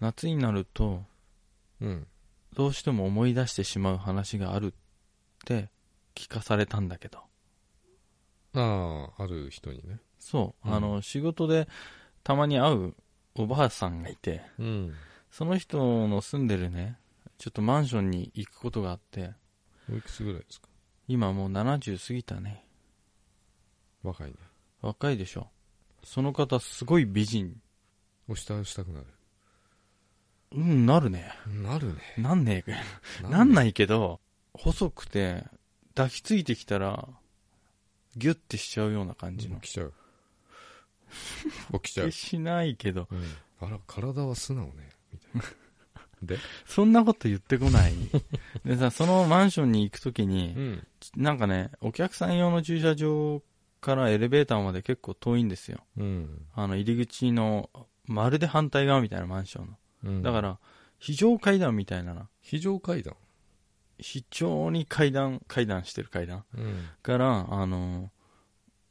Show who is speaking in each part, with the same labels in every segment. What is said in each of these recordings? Speaker 1: 夏になると
Speaker 2: うん。
Speaker 1: どうしても思い出してしまう話があるって聞かされたんだけど
Speaker 2: ああ、ある人にね。
Speaker 1: そう、
Speaker 2: うん
Speaker 1: あの仕事でたまに会うおばあさんがいて
Speaker 2: うん。
Speaker 1: その人の住んでるねちょっとマンションに行くことがあって
Speaker 2: おいくつぐらいですか
Speaker 1: 今もう70過ぎたね
Speaker 2: 若いね。
Speaker 1: 若いでしょその方すごい美人
Speaker 2: 押し倒したくなる。
Speaker 1: うんなるね
Speaker 2: なるね。
Speaker 1: なんねえなんないけど、細くて、抱きついてきたら、ギュッてしちゃうような感じの
Speaker 2: 起。きちゃう。起きちゃう
Speaker 1: 気。しないけど、
Speaker 2: うん。あら、体は素直ね。みたいな。で
Speaker 1: そんなこと言ってこない。 でさ、そのマンションに行くときに、
Speaker 2: ん。
Speaker 1: なんかね、お客さん用の駐車場からエレベーターまで結構遠いんですよ。
Speaker 2: うん。
Speaker 1: あの、入り口の、まるで反対側みたいなマンションの。
Speaker 2: うん
Speaker 1: だから、非常階段みたいなな、
Speaker 2: 非常階段。
Speaker 1: 非常に階段、階段してる階段
Speaker 2: うん。
Speaker 1: から、あの、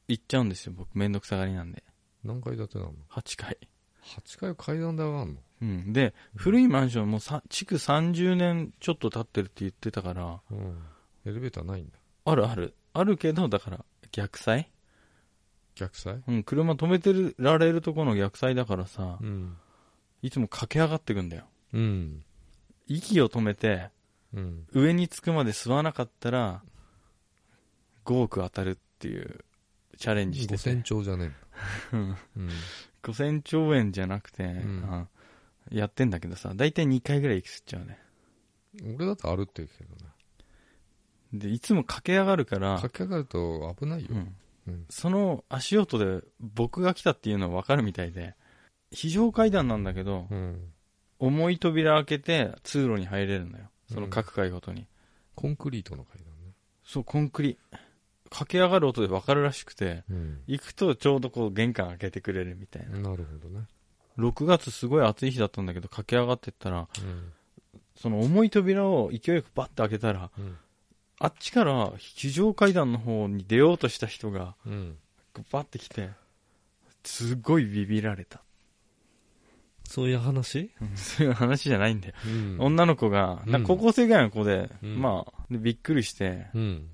Speaker 1: 行っちゃうんですよ、僕。めんどくさがりなんで。
Speaker 2: 何階建てなの
Speaker 1: 8階。
Speaker 2: ?8 階を階段で上がんの
Speaker 1: うん。で、古いマンションもさ、築30年ちょっと経ってるって言ってたから、
Speaker 2: うん。エレベーターないんだ。
Speaker 1: あるある。あるけど、だから、逆サイ
Speaker 2: 逆サイ
Speaker 1: うん、車止めてるられるとこの逆サイだからさ、
Speaker 2: うん。
Speaker 1: いつも駆け上がってくんだよ。
Speaker 2: うん。
Speaker 1: 息を止めて、
Speaker 2: うん。
Speaker 1: 上に着くまで吸わなかったら、5億当たるっていうチャレンジして
Speaker 2: 5000
Speaker 1: て。
Speaker 2: 兆じゃねえの。うん。
Speaker 1: 5000兆円じゃなくて、
Speaker 2: ん
Speaker 1: あやってんだけどさ、だいたい2回ぐらい息吸っちゃうね。
Speaker 2: 俺だって歩ってるけどね。
Speaker 1: で、いつも駆け上がるから、
Speaker 2: 駆け上がると危ないよ
Speaker 1: う。ん
Speaker 2: うん
Speaker 1: その足音で僕が来たっていうのは分かるみたいで、非常階段なんだけど、
Speaker 2: うん。
Speaker 1: 重い扉開けて通路に入れるのよ。その各階ごとに。
Speaker 2: コンクリートの階段ね。
Speaker 1: そう、コンクリ。駆け上がる音で分かるらしくて、
Speaker 2: うん。
Speaker 1: 行くとちょうどこう玄関開けてくれるみたいな。
Speaker 2: なるほどね。
Speaker 1: 6月すごい暑い日だったんだけど、駆け上がってったら、
Speaker 2: うん。
Speaker 1: その重い扉を勢いよくバッて開けたら、
Speaker 2: うん
Speaker 1: あっちから非常階段の方に出ようとした人が、
Speaker 2: うん。
Speaker 1: バッて来て、すごいビビられた。
Speaker 2: そういう話
Speaker 1: そういう話じゃないんだよ。
Speaker 2: うん。
Speaker 1: 女の子が、
Speaker 2: うん
Speaker 1: なんか高校生ぐらいの子で、
Speaker 2: うん
Speaker 1: まあ、でびっくりして、
Speaker 2: うん。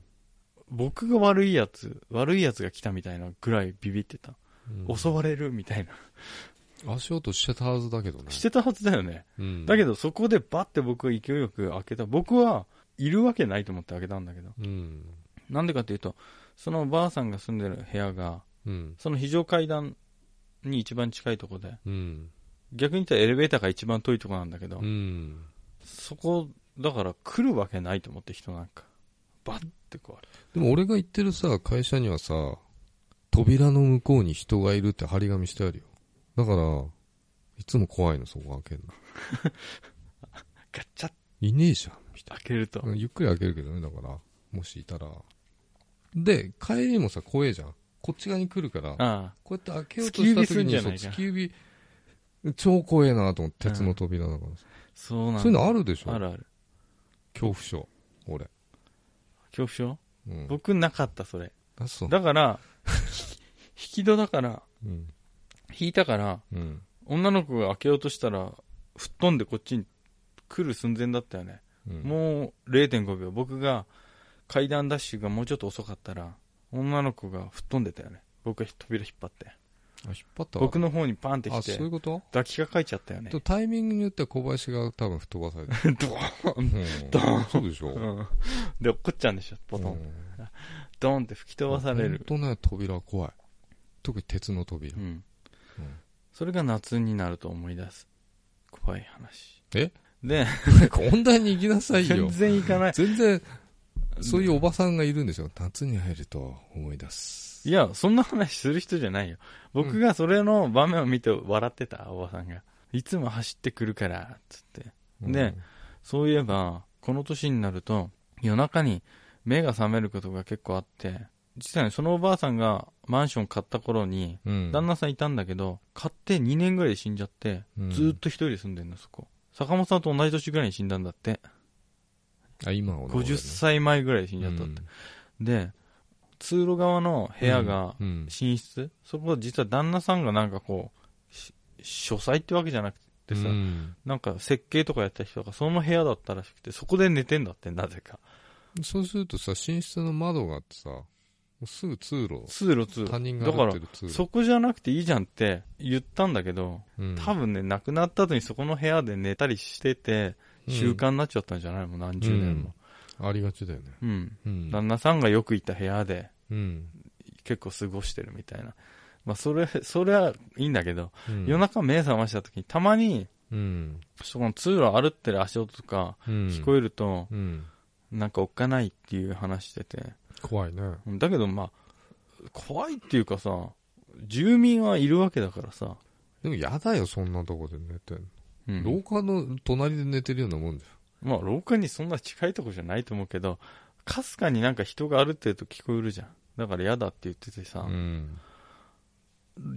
Speaker 1: 僕が悪いやつ、悪いやつが来たみたいなぐらいビビってた。
Speaker 2: うん
Speaker 1: 襲われるみたいな。
Speaker 2: 足音してたはずだけどね。
Speaker 1: してたはずだよね。
Speaker 2: うん。
Speaker 1: だけ
Speaker 2: ど。
Speaker 1: どそこでバッて僕が勢いよく開けた。僕は、いるわけないと思って開けたんだけど。
Speaker 2: うん。
Speaker 1: なんでかっていうと、そのおばあさんが住んでる部屋が、
Speaker 2: うん。
Speaker 1: その非常階段に一番近いとこで、
Speaker 2: うん。
Speaker 1: 逆に言ったらエレベーターが一番遠いとこなんだけど、
Speaker 2: うん。
Speaker 1: そこ、だから来るわけないと思って人なんか、バッてこう
Speaker 2: でも俺が行ってるさ、会社にはさ、扉の向こうに人がいるって張り紙してあるよ。だから、いつも怖いの、そこ開けるの。
Speaker 1: ガチャッ
Speaker 2: いねえじゃん、みた
Speaker 1: 開けると
Speaker 2: い。な。ゆっくり開けるけどね、だから、もしいたら。で、帰りもさ、怖えじゃん。こっち側に来るから、
Speaker 1: ああ、
Speaker 2: こうやって開けようとした
Speaker 1: 突き指す
Speaker 2: 時
Speaker 1: ん
Speaker 2: に
Speaker 1: じゃ
Speaker 2: そ
Speaker 1: な
Speaker 2: う
Speaker 1: いか
Speaker 2: 突き指、超怖えなと思って、鉄の扉だからさ、
Speaker 1: そうなんだ。
Speaker 2: そういうのあるでしょ
Speaker 1: あるある。
Speaker 2: 恐怖症、俺。
Speaker 1: 恐怖症
Speaker 2: うん。
Speaker 1: 僕なかった、それ。
Speaker 2: あ、そう。
Speaker 1: だから、ひ引き戸だから、
Speaker 2: うん。
Speaker 1: 引いたから、
Speaker 2: うん。
Speaker 1: 女の子が開けようとしたら、吹っ飛んでこっちに来る寸前だったよね。
Speaker 2: うん、
Speaker 1: もう0.5秒。僕が、階段ダッシュがもうちょっと遅かったら、女の子が吹っ飛んでたよね。僕が扉引っ張って。
Speaker 2: あ、引っ張ったわ
Speaker 1: 僕の方にパンって
Speaker 2: あ、
Speaker 1: 来
Speaker 2: そう
Speaker 1: て
Speaker 2: いう、こと
Speaker 1: 抱きかかえちゃったよね
Speaker 2: で。もタイミングによっては小林が多分吹っ飛ばされて る。
Speaker 1: ドーン
Speaker 2: うんそうでしょ。
Speaker 1: うんで、落っこっちゃうんでしょ、ポトン。
Speaker 2: うん
Speaker 1: ドーンって吹き飛ばされる。
Speaker 2: ほんとね、扉は怖い。特に鉄の扉
Speaker 1: う。ん
Speaker 2: うん。
Speaker 1: それが夏になると思い出す。怖い話。
Speaker 2: え
Speaker 1: で、
Speaker 2: 本題に行きなさい
Speaker 1: 全
Speaker 2: よ。
Speaker 1: 然行かない。
Speaker 2: 全然、そういうおばさんがいるんですよ。夏に入ると思い出す。
Speaker 1: いや、そんな話する人じゃないよ。僕がそれの場面を見て笑ってた、おばさんが。いつも走ってくるから、つって。
Speaker 2: うん
Speaker 1: ね、そういえば、この年になると、夜中に目が覚めることが結構あって、実際にそのおばあさんがマンション買った頃に、
Speaker 2: うん。
Speaker 1: 旦那さんいたんだけど、買って2年ぐらいで死んじゃって、
Speaker 2: うん
Speaker 1: ずーっと一人で住んでんの、そこ。坂本さんと同じ年ぐらいに死んだんだって。
Speaker 2: あ、今は
Speaker 1: 50歳前ぐらいで死んじゃったって。で、通路側の部屋が
Speaker 2: うんうん
Speaker 1: 寝室、そこ実は旦那さんがなんかこう、し書斎ってわけじゃなくて、でさ、
Speaker 2: うん
Speaker 1: なんか設計とかやってた人がその部屋だったらしくて、そこで寝てんだって、なぜか。
Speaker 2: そうするとさ、寝室の窓があってさ、もうすぐ通路、
Speaker 1: 通路通路。
Speaker 2: 他人が
Speaker 1: だか
Speaker 2: 歩
Speaker 1: ら
Speaker 2: ってる通路。
Speaker 1: そこじゃなくていいじゃんって言ったんだけど、
Speaker 2: うん
Speaker 1: 多分ね、亡くなった後にそこの部屋で寝たりしてて、習慣になっちゃったんじゃないもん、何十年も。
Speaker 2: ありがちだよね。
Speaker 1: うん。
Speaker 2: うん。
Speaker 1: 旦那さんがよくいた部屋で
Speaker 2: うん。
Speaker 1: 結構過ごしてるみたいな。まあ、それ、それはいいんだけど、
Speaker 2: うん
Speaker 1: 夜中目覚ました時にたまに、
Speaker 2: うん。
Speaker 1: その通路歩ってる足音とか聞
Speaker 2: 聞
Speaker 1: こ
Speaker 2: え
Speaker 1: えると、
Speaker 2: うん。
Speaker 1: なんかおっかないっていう話してて、
Speaker 2: 怖いね。
Speaker 1: だけどまあ、怖いっていうかさ、住民はいるわけだからさ、
Speaker 2: でもやだよ、そんなとこで寝てんの。
Speaker 1: うん
Speaker 2: 廊下の隣で寝てるようなもんじ
Speaker 1: まあ廊下にそんな近いとこじゃないと思うけど、かすかになんか人が歩いてると聞こえるじゃん。だから嫌だって言ってて
Speaker 2: ゃ
Speaker 1: さ、
Speaker 2: ん。うん。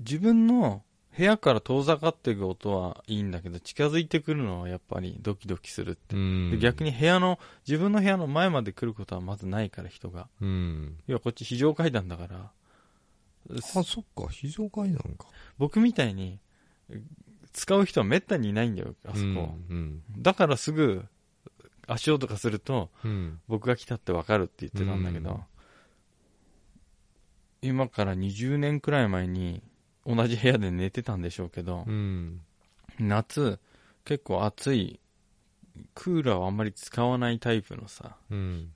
Speaker 1: 自分の部屋から遠ざかっていく音はいいんだけど、近づいてくるのはやっぱりドキドキするって。で逆
Speaker 2: に。
Speaker 1: に部屋の、自分の部屋の前まで来ることはまずないから人が。
Speaker 2: うん。
Speaker 1: 要はこっち非常階段だから、
Speaker 2: あ、そっか、非常階段か。
Speaker 1: 僕みたいに使う人はめったにいないんだよ、あそこ。
Speaker 2: うん。
Speaker 1: だからすぐ足音がすると
Speaker 2: うん。
Speaker 1: 僕が来たってわかるって言ってたんだけど、
Speaker 2: うん
Speaker 1: 今から20年くらい前に同じ部屋で寝てたんでしょうけど
Speaker 2: う、ん。
Speaker 1: 夏結構暑いクーラーをあんまり使わないタイプのさ
Speaker 2: うん。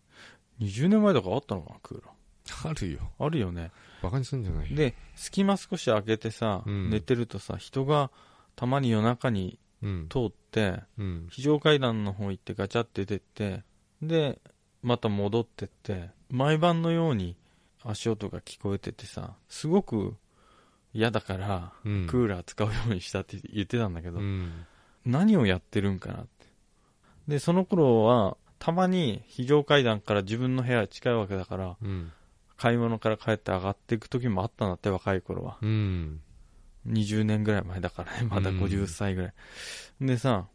Speaker 1: 20年前だからあったのかなクーラ
Speaker 2: あるよ。
Speaker 1: ーあるよね
Speaker 2: バカにすんじゃないよ。
Speaker 1: で隙間少し開けてさ、
Speaker 2: うん
Speaker 1: 寝てるとさ人がたまに夜中に
Speaker 2: うん。
Speaker 1: 通って
Speaker 2: うん。
Speaker 1: 非常階段の方行ってガチャって出てってでまた戻ってって毎晩のように足音が聞こえててさすごく嫌だから
Speaker 2: うん。
Speaker 1: クーラー使うようにしたって言ってたんだけど、
Speaker 2: うん。
Speaker 1: 何をやってるんかなってでその頃はたまに非常階段から自分の部屋近いわけだから
Speaker 2: うん。
Speaker 1: 買い物から帰って上がっていく時もあったんだって若い頃は
Speaker 2: うん。
Speaker 1: 20年ぐらい前だからね、まだ
Speaker 2: うん
Speaker 1: 50歳ぐらい。でさ、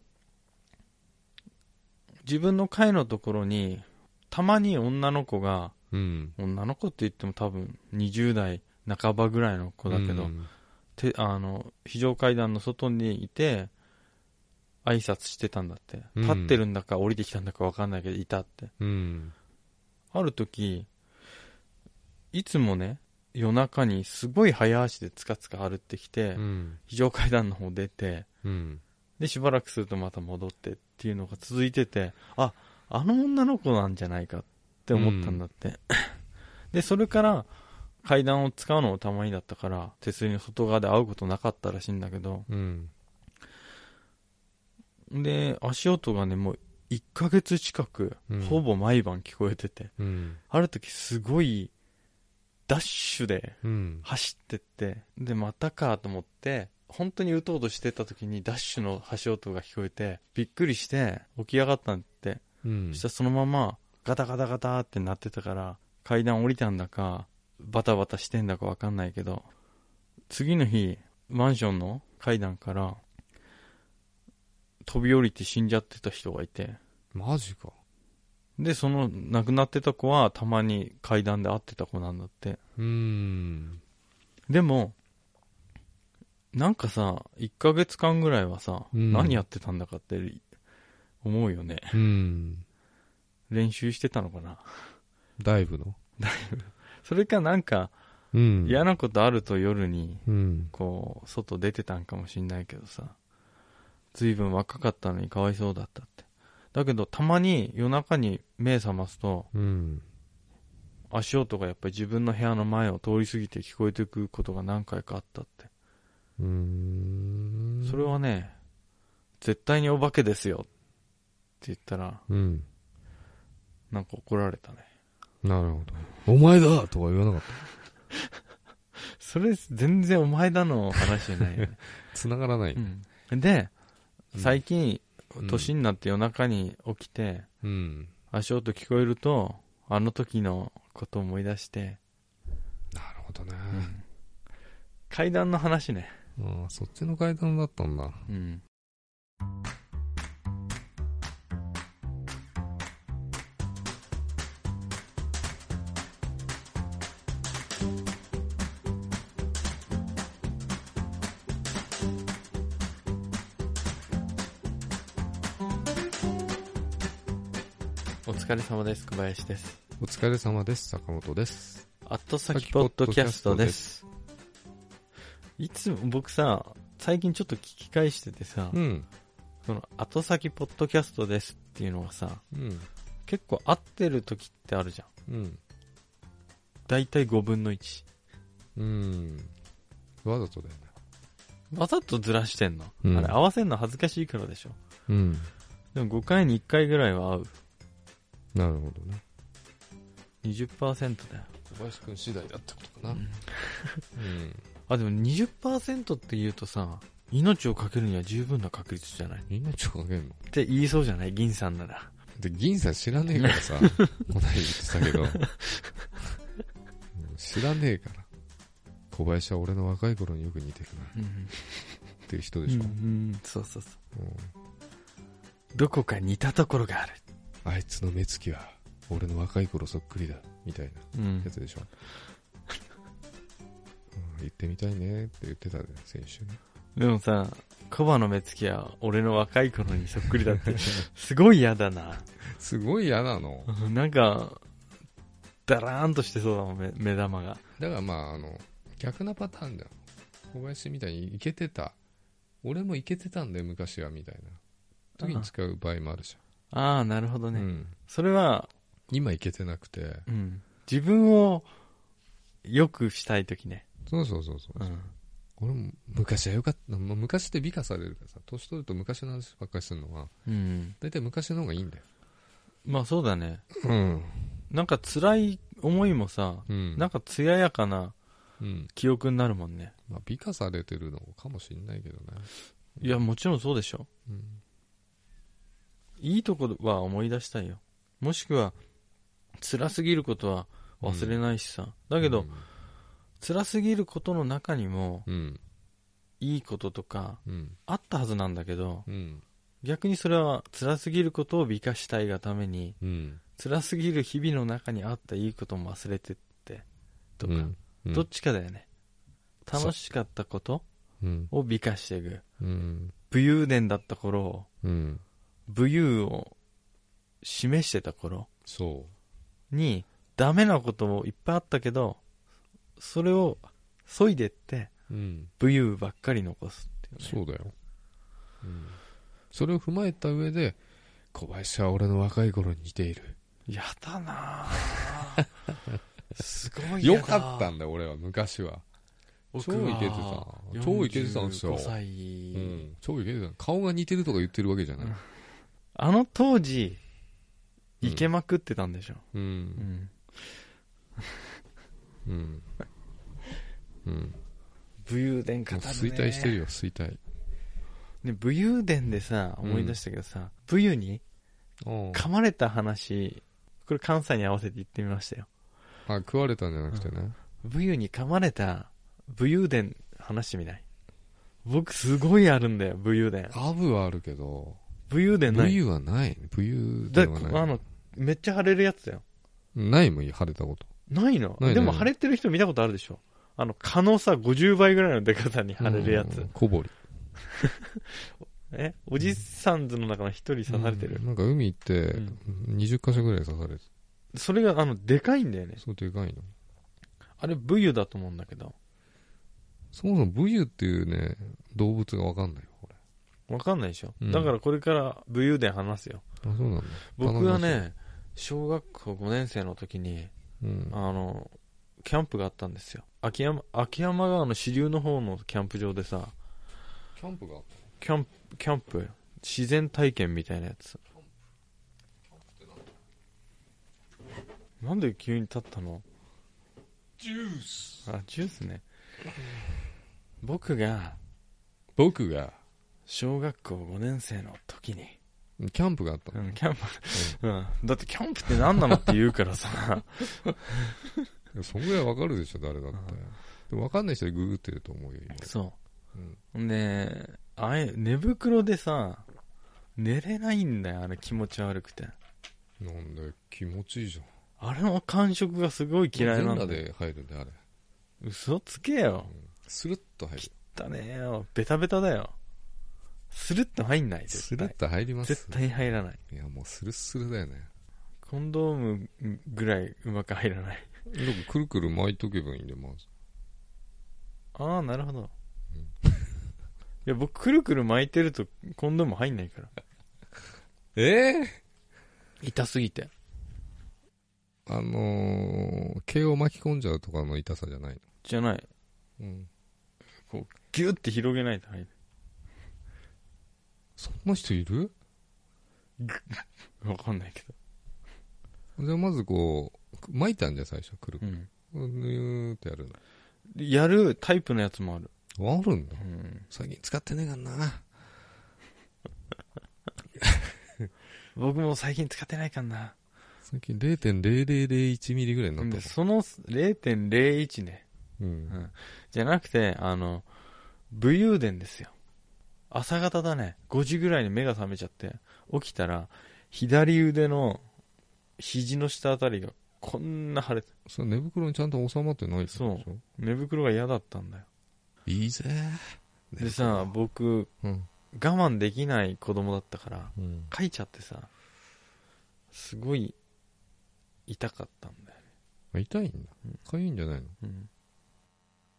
Speaker 1: 自分の階のところに、たまに女の子が、
Speaker 2: うん。
Speaker 1: 女の子って言っても多分20代半ばぐらいの子だけど、
Speaker 2: うん
Speaker 1: てあの、非常階段の外にいて、挨拶してたんだって。
Speaker 2: うん
Speaker 1: 立ってるんだか降りてきたんだかわかんないけど、いたって。
Speaker 2: うん。
Speaker 1: ある時、いつもね、夜中にすごい早足でつかつか歩ってきて、
Speaker 2: うん。
Speaker 1: 非常階段の方出て、
Speaker 2: うん。
Speaker 1: で、しばらくするとまた戻ってっていうのが続いてて、あ、あの女の子なんじゃないかって思ったんだって。で、それから階段を使うのもたまにだったから、手すりの外側で会うことなかったらしいんだけど、
Speaker 2: うん。
Speaker 1: で、足音がね、もう1ヶ月近く
Speaker 2: うん、
Speaker 1: ほぼ毎晩聞こえてて、
Speaker 2: うん。
Speaker 1: ある時すごい、ダッシュで
Speaker 2: うん。
Speaker 1: 走ってって、で、またかと思って、本当に打とうとしてた時にダッシュの走音が聞こえて、びっくりして起き上がったんだって、
Speaker 2: うん
Speaker 1: そしたらそのままガタガタガタってなってたから、階段降りたんだか、バタバタしてんだかわかんないけど、次の日、マンションの階段から、飛び降りて死んじゃってた人がいて、
Speaker 2: マジか。
Speaker 1: で、その亡くなってた子はたまに階段で会ってた子なんだって。
Speaker 2: うん。
Speaker 1: でも、なんかさ、1ヶ月間ぐらいはさ、
Speaker 2: うん
Speaker 1: 何やってたんだかって思うよね。
Speaker 2: うん。
Speaker 1: 練習してたのかな。
Speaker 2: ダイブの
Speaker 1: それかなんか、
Speaker 2: うん。
Speaker 1: 嫌なことあると夜に、
Speaker 2: うん。
Speaker 1: こう、外出てたんかもしんないけどさ、随分若かったのにかわいそうだったって。だけど、たまに夜中に目覚ますと、
Speaker 2: うん。
Speaker 1: 足音がやっぱり自分の部屋の前を通り過ぎて聞こえてくることが何回かあったって。
Speaker 2: うーん。
Speaker 1: それはね、絶対にお化けですよって言ったら、
Speaker 2: うん。
Speaker 1: なんか怒られたね。
Speaker 2: なるほど。お前だとは言わなかった。
Speaker 1: それ、全然お前だの話じゃないよね。
Speaker 2: 繋がらない。
Speaker 1: うんで、
Speaker 2: うん
Speaker 1: 最近、
Speaker 2: うん
Speaker 1: 年になって夜中に起きて、
Speaker 2: うん。
Speaker 1: 足音聞こえると、あの時のことを思い出して、
Speaker 2: なるほどね。
Speaker 1: 階段の話ね。
Speaker 2: ああ、そっちの階段だったんだ。
Speaker 1: うん。お疲れ様です。小林です。
Speaker 2: お疲れ様です。坂本です。
Speaker 1: アットサキポッドキャストです。いつも僕さ、最近ちょっと聞き返しててさ、
Speaker 2: うん。
Speaker 1: その、後先ポッドキャストですっていうのがさ、
Speaker 2: うん。
Speaker 1: 結構合ってる時ってあるじゃん。
Speaker 2: うん。
Speaker 1: だいたい5分の1。
Speaker 2: うん。わざとだよね。
Speaker 1: わざとずらしてんの、
Speaker 2: うん
Speaker 1: あれ合わせんの恥ずかしいからでしょ。
Speaker 2: うん。
Speaker 1: でも5回に1回ぐらいは合う。
Speaker 2: なるほどね。
Speaker 1: 20%だよ。
Speaker 2: 小林くん次第だってことかな。うん。
Speaker 1: あ、でも20%って言うとさ、命をかけるには十分な確率じゃない
Speaker 2: 命をかけんの
Speaker 1: って言いそうじゃない銀さんなら。
Speaker 2: で、銀さん知らねえから さ、こないだ言ってたけど。うん知らねえから。小林は俺の若い頃によく似てるな
Speaker 1: うん。
Speaker 2: っていう人でしょ。
Speaker 1: うん、そうそうそう。
Speaker 2: うん
Speaker 1: どこか似たところがある。
Speaker 2: あいつの目つきは、俺の若い頃そっくりだ。みたいな
Speaker 1: うん
Speaker 2: や。つでしょ。うん、行ってみたいねって言ってたね、先週ね。
Speaker 1: でもさ、コバの目つきは俺の若い頃にそっくりだって、すごい嫌だな。
Speaker 2: すごい嫌なの。
Speaker 1: なんか、だらーんとしてそうだもん、目目玉が。
Speaker 2: だからまあ、あの、逆なパターンだよ。小林みたいにイケてた。俺もイケてたんだよ、昔は、みたいな。時に使う場合もあるじ
Speaker 1: ああ、なるほど
Speaker 2: ゃん。
Speaker 1: ね。
Speaker 2: うん。
Speaker 1: それは、
Speaker 2: 今イケてなくて。
Speaker 1: うん、自分を良くしたいときね。
Speaker 2: そうそうそうそ
Speaker 1: う
Speaker 2: う。
Speaker 1: ん。
Speaker 2: 俺も昔はよかった。もう昔って美化されるからさ、年取ると昔の話ばっかりするのは、
Speaker 1: うん。
Speaker 2: 大体昔の方がいいんだよ。
Speaker 1: まあそうだね。
Speaker 2: うん。
Speaker 1: なんか辛い思いもさ、
Speaker 2: うん。
Speaker 1: なんか艶やかな
Speaker 2: うん。
Speaker 1: 記憶になるもんね。
Speaker 2: まあ、美化されてるのかもしんないけどね。
Speaker 1: いや、もちろんそうでしょ。
Speaker 2: うん。
Speaker 1: いいとこは思い出したいよ。もしくは、辛すぎることは忘れないしさ。だけど、辛すぎることの中にも、
Speaker 2: うん、
Speaker 1: いいこととか、
Speaker 2: うん。
Speaker 1: あったはずなんだけど、
Speaker 2: うん。
Speaker 1: 逆にそれは辛すぎることを美化したいがために、
Speaker 2: うん。
Speaker 1: 辛すぎる日々の中にあったいいことも忘れてって、とか、
Speaker 2: うん。うん
Speaker 1: どっちかだよね。楽しかったこと
Speaker 2: うん。
Speaker 1: を美化していく。
Speaker 2: うん。
Speaker 1: 武勇伝だった頃を、
Speaker 2: うん。
Speaker 1: 武勇を示してた頃、
Speaker 2: そ
Speaker 1: にダメなこともいっぱいあったけどそれを削いでって
Speaker 2: う。うん。
Speaker 1: 武勇ばっかり残すっていうね
Speaker 2: そうだよ。うん。それを踏まえた上で、小林は俺の若い頃に似ている。
Speaker 1: やだな ぁすごい
Speaker 2: よ
Speaker 1: やだ
Speaker 2: かったんだよ、俺は、昔は。超イケてた。超イケてたんですよ
Speaker 1: 45。歳、
Speaker 2: うん。超イケてた。顔が似てるとか言ってるわけじゃない。
Speaker 1: あの当時
Speaker 2: うん
Speaker 1: イケまくってたんでしょ、
Speaker 2: う。
Speaker 1: うんん
Speaker 2: うん。うん。
Speaker 1: 武勇伝語
Speaker 2: も
Speaker 1: る
Speaker 2: う
Speaker 1: ね
Speaker 2: 衰退してるよ、衰退。
Speaker 1: ね武勇伝でさ思い出したけどさ、武勇に
Speaker 2: うん
Speaker 1: 噛まれた話これ関西に合わせて言ってみましたよ
Speaker 2: あ、食われたんじゃなくてね。
Speaker 1: 武勇に噛まれた武勇伝話してみない僕すごいあるんだよ武勇伝
Speaker 2: アブはあるけど、
Speaker 1: 武勇伝な
Speaker 2: 武
Speaker 1: い
Speaker 2: 勇はない。武勇
Speaker 1: だ
Speaker 2: で
Speaker 1: あ
Speaker 2: はない。
Speaker 1: のめっちゃ腫れるやつだよ
Speaker 2: ないもん、晴れたこと。
Speaker 1: ないの
Speaker 2: ないない
Speaker 1: でも腫れてる人見たことあるでしょあの蚊のさ50倍ぐらいのでかさに腫れるや
Speaker 2: うん
Speaker 1: つ
Speaker 2: 小堀。
Speaker 1: えおじさんずの中の一人刺されてる
Speaker 2: うんなんか海行って
Speaker 1: うん、
Speaker 2: 20箇所ぐらい刺されて
Speaker 1: それがあのでかいんだよね
Speaker 2: そうでかいの。
Speaker 1: あれ武勇だと思うんだけど
Speaker 2: そもそも武勇っていうね、動物がわかんないよ、こ
Speaker 1: わかんないでしょ、
Speaker 2: うん
Speaker 1: だからこれから武勇伝話すよ
Speaker 2: れ。あ、そうなんだ。
Speaker 1: 僕はね小学校5年生の時に
Speaker 2: うん。
Speaker 1: あの、キャンプがあったんですよ。秋山、秋山川の支流の方のキャンプ場でさ、
Speaker 2: キャンプが
Speaker 1: キャンプ、キャンプ、自然体験みたいなやつ。なんで急に立ったの
Speaker 2: ジュース
Speaker 1: あ、ジュースね。僕が
Speaker 2: 僕が、
Speaker 1: 小学校5年生の時に、
Speaker 2: キャンプがあった
Speaker 1: う
Speaker 2: の。
Speaker 1: ん、キャンプ、うん、だってキャンプって何なのって言うからさ、
Speaker 2: そんぐらいわかるでしょ、誰だって。でもわかんない人でググってると思うよ、今
Speaker 1: そう。
Speaker 2: うん
Speaker 1: ねえ、あれ、寝袋でさ、寝れないんだよ、あれ気持ち悪くて。
Speaker 2: なんだよ、気持ちいいじゃん。
Speaker 1: あれの感触がすごい嫌いなんだ
Speaker 2: 全裸
Speaker 1: よ。
Speaker 2: で入るんだよ、あれ。
Speaker 1: 嘘つけよ。
Speaker 2: スルッと入る。
Speaker 1: だねよ。ベタベタだよ。スルッと入んない、
Speaker 2: ス
Speaker 1: 絶
Speaker 2: ル
Speaker 1: 対
Speaker 2: ッ。と入ります
Speaker 1: 絶対入らない。
Speaker 2: いや、もうスルスルだよね。
Speaker 1: コンドームぐらいうまく入らない。
Speaker 2: だからくるくる巻いとけばいいんで、まず。
Speaker 1: ああ、なるほど。 いや、僕、くるくる巻いてると、コンドーム入んないから。
Speaker 2: ええ
Speaker 1: 痛すぎて。
Speaker 2: あのー、毛を巻き込んじゃうとかの痛さじゃないの。
Speaker 1: じゃない。
Speaker 2: うん。
Speaker 1: ギュって広げないと入る。
Speaker 2: そんな人いる
Speaker 1: わかんないけ
Speaker 2: じゃあまずこう、く巻いたんじゃん最初、くる
Speaker 1: ど。
Speaker 2: く
Speaker 1: うん。
Speaker 2: る。ぬーってやる
Speaker 1: やるタイプのやつもある。
Speaker 2: の。あるんだ
Speaker 1: う。ん。
Speaker 2: 最近使ってねえかんな。
Speaker 1: 僕も最近使ってないかな。
Speaker 2: 最近0.0001ミリぐらいになったもん
Speaker 1: でその0.01ね。
Speaker 2: うん。
Speaker 1: じゃなくて、あの、武勇伝ですよ。朝方だね。5時ぐらいに目が覚めちゃって、起きたら、左腕の肘の下あたりがこんな腫れて、
Speaker 2: それ寝袋にちゃんと収まってないってことでしょ
Speaker 1: 寝袋が嫌だったんだよ。
Speaker 2: いいぜ
Speaker 1: でさ、僕、
Speaker 2: うん。
Speaker 1: 我慢できない子供だったから、
Speaker 2: うん。
Speaker 1: 書いちゃってさ、すごい痛かったんだよね。
Speaker 2: 痛いんだ
Speaker 1: うん。
Speaker 2: かゆいんじゃないの
Speaker 1: うん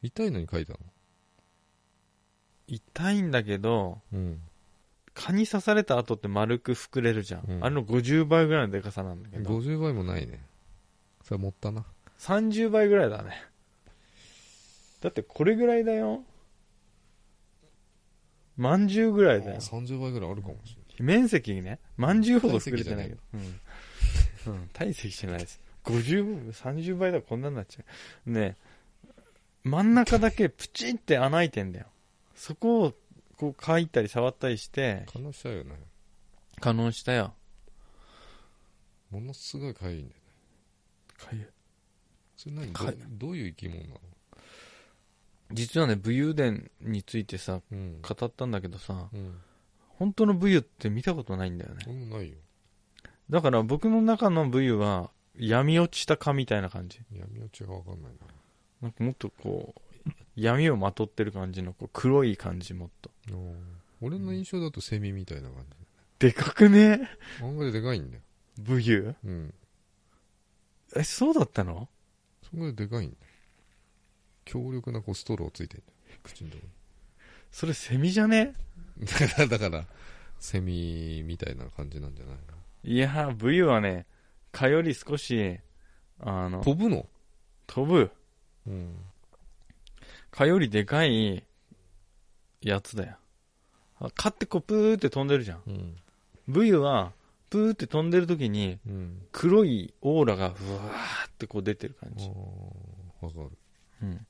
Speaker 2: 痛いのに書いたの
Speaker 1: 痛いんだけど、
Speaker 2: うん。
Speaker 1: 蚊に刺された後って丸く膨れるじゃん。
Speaker 2: うん
Speaker 1: あれの50倍ぐらいのデカさなんだけど。
Speaker 2: 50倍もないね。それ持ったな。
Speaker 1: 30倍ぐらいだねだってこれぐらいだよまんじゅうぐらいだよ
Speaker 2: 30倍ぐらいあるかもしれない。
Speaker 1: 面積ねまんじゅうほど膨れてないけどうん、うん、体積じゃないです50 30倍だこんなになっちゃうねえ真ん中だけプチンって穴開いてんだよそこをこうかいたり触ったりして
Speaker 2: 可能しちゃうよね。
Speaker 1: 可能したよ
Speaker 2: ものすごいかゆいんだよね。それ何
Speaker 1: か
Speaker 2: ど
Speaker 1: ゆい
Speaker 2: どういう生き物なの
Speaker 1: 実はね武勇伝についてさ
Speaker 2: うん。
Speaker 1: 語ったんだけどさ
Speaker 2: うん。
Speaker 1: 本当の武勇って見たことないんだよね
Speaker 2: 俺もないよ。
Speaker 1: だから僕の中の武勇は闇落ちた蚊みたいな感じ。
Speaker 2: 闇落ちがわかんないな。
Speaker 1: なんかもっとこう、闇をまとってる感じのこう黒い感じもっと。
Speaker 2: 俺の印象だとセミみたいな感
Speaker 1: でかくね
Speaker 2: じ。案外でかいんだよ。
Speaker 1: 武勇
Speaker 2: うん。
Speaker 1: え、そうだったの
Speaker 2: そんぐらいでかいんだよ。強力なこうストローついてんだよ。口のとこ
Speaker 1: それセミじゃね
Speaker 2: に。 だから、だから、セミみたいな感じなんじゃない
Speaker 1: いやー、武勇はね、蚊より少し、あの
Speaker 2: の、飛ぶの
Speaker 1: 飛ぶ。
Speaker 2: うん。
Speaker 1: 蚊よりでかいやつだよ。あ蚊ってこうプーって飛んでるじゃん。
Speaker 2: うん。
Speaker 1: 武勇は、プーって飛んでる時に、
Speaker 2: うん。
Speaker 1: 黒いオーラがふわーってこう出てる感
Speaker 2: あ
Speaker 1: じ。
Speaker 2: あ、わかる。
Speaker 1: うん。
Speaker 2: うん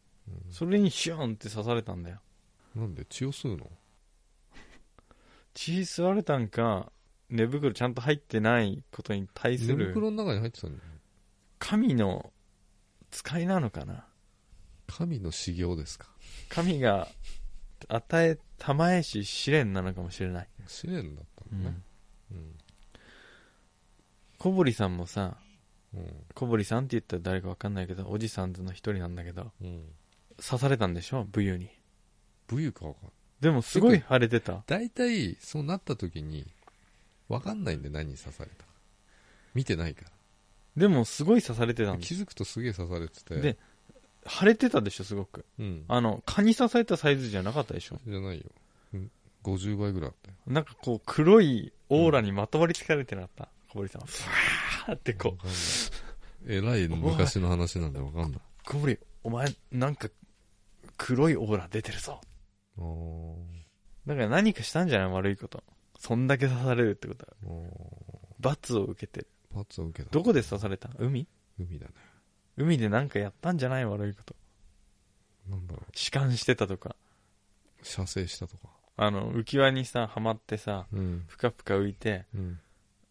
Speaker 1: それにシューンって刺されたんだよ。
Speaker 2: なんで血を吸うの
Speaker 1: 血吸われたんか、寝袋ちゃんと入ってないことに対す
Speaker 2: 寝
Speaker 1: る、
Speaker 2: 袋の中に入ってたんだよ。
Speaker 1: 神の使いなのかな
Speaker 2: 神の修行ですか。
Speaker 1: 神が与え、賜えし試練なのかもしれない。
Speaker 2: 試練だったのね。うん。
Speaker 1: 小堀さんもさ、
Speaker 2: うん。
Speaker 1: 小堀さんって言ったら誰かわかんないけど、おじさんずの一人なんだけど、
Speaker 2: うん。
Speaker 1: 刺されたんでしょ武勇に。
Speaker 2: 武勇かわかんない。
Speaker 1: でもすごい腫れてた。
Speaker 2: 大体、そうなった時に、わかんないんで何に刺されたか。見てないか
Speaker 1: でもすごい刺されてた
Speaker 2: ら。
Speaker 1: んで
Speaker 2: 気
Speaker 1: す。
Speaker 2: づくとすげえ刺されてて。
Speaker 1: で、腫れてたでしょ、すごく。
Speaker 2: うん。
Speaker 1: あの、蚊に刺されたサイズじゃなかったでしょ
Speaker 2: じゃないよ。うん。50倍ぐらいあったよ。
Speaker 1: なんかこう黒いオーラにまとわりつかれてなかった、小堀さんは。ふわーってこ
Speaker 2: わかんない。えらい昔の話なんでわかんない。
Speaker 1: う、小堀、お前なんか黒いオーラ出てるぞ。
Speaker 2: あー
Speaker 1: だから何かしたんじゃない悪いこと。そんだけ刺されるってことは。
Speaker 2: あー。
Speaker 1: 罰を受けてる。
Speaker 2: 罰を受けた。
Speaker 1: どこで刺された海
Speaker 2: 海だね。
Speaker 1: 海でなんかやったんじゃない悪いこと。
Speaker 2: なんだろ
Speaker 1: 痴漢してたとか。
Speaker 2: う。射精したとか。
Speaker 1: あの、浮き輪にさ、はまってさ、
Speaker 2: うん。
Speaker 1: ぷかぷか浮いて、
Speaker 2: うん。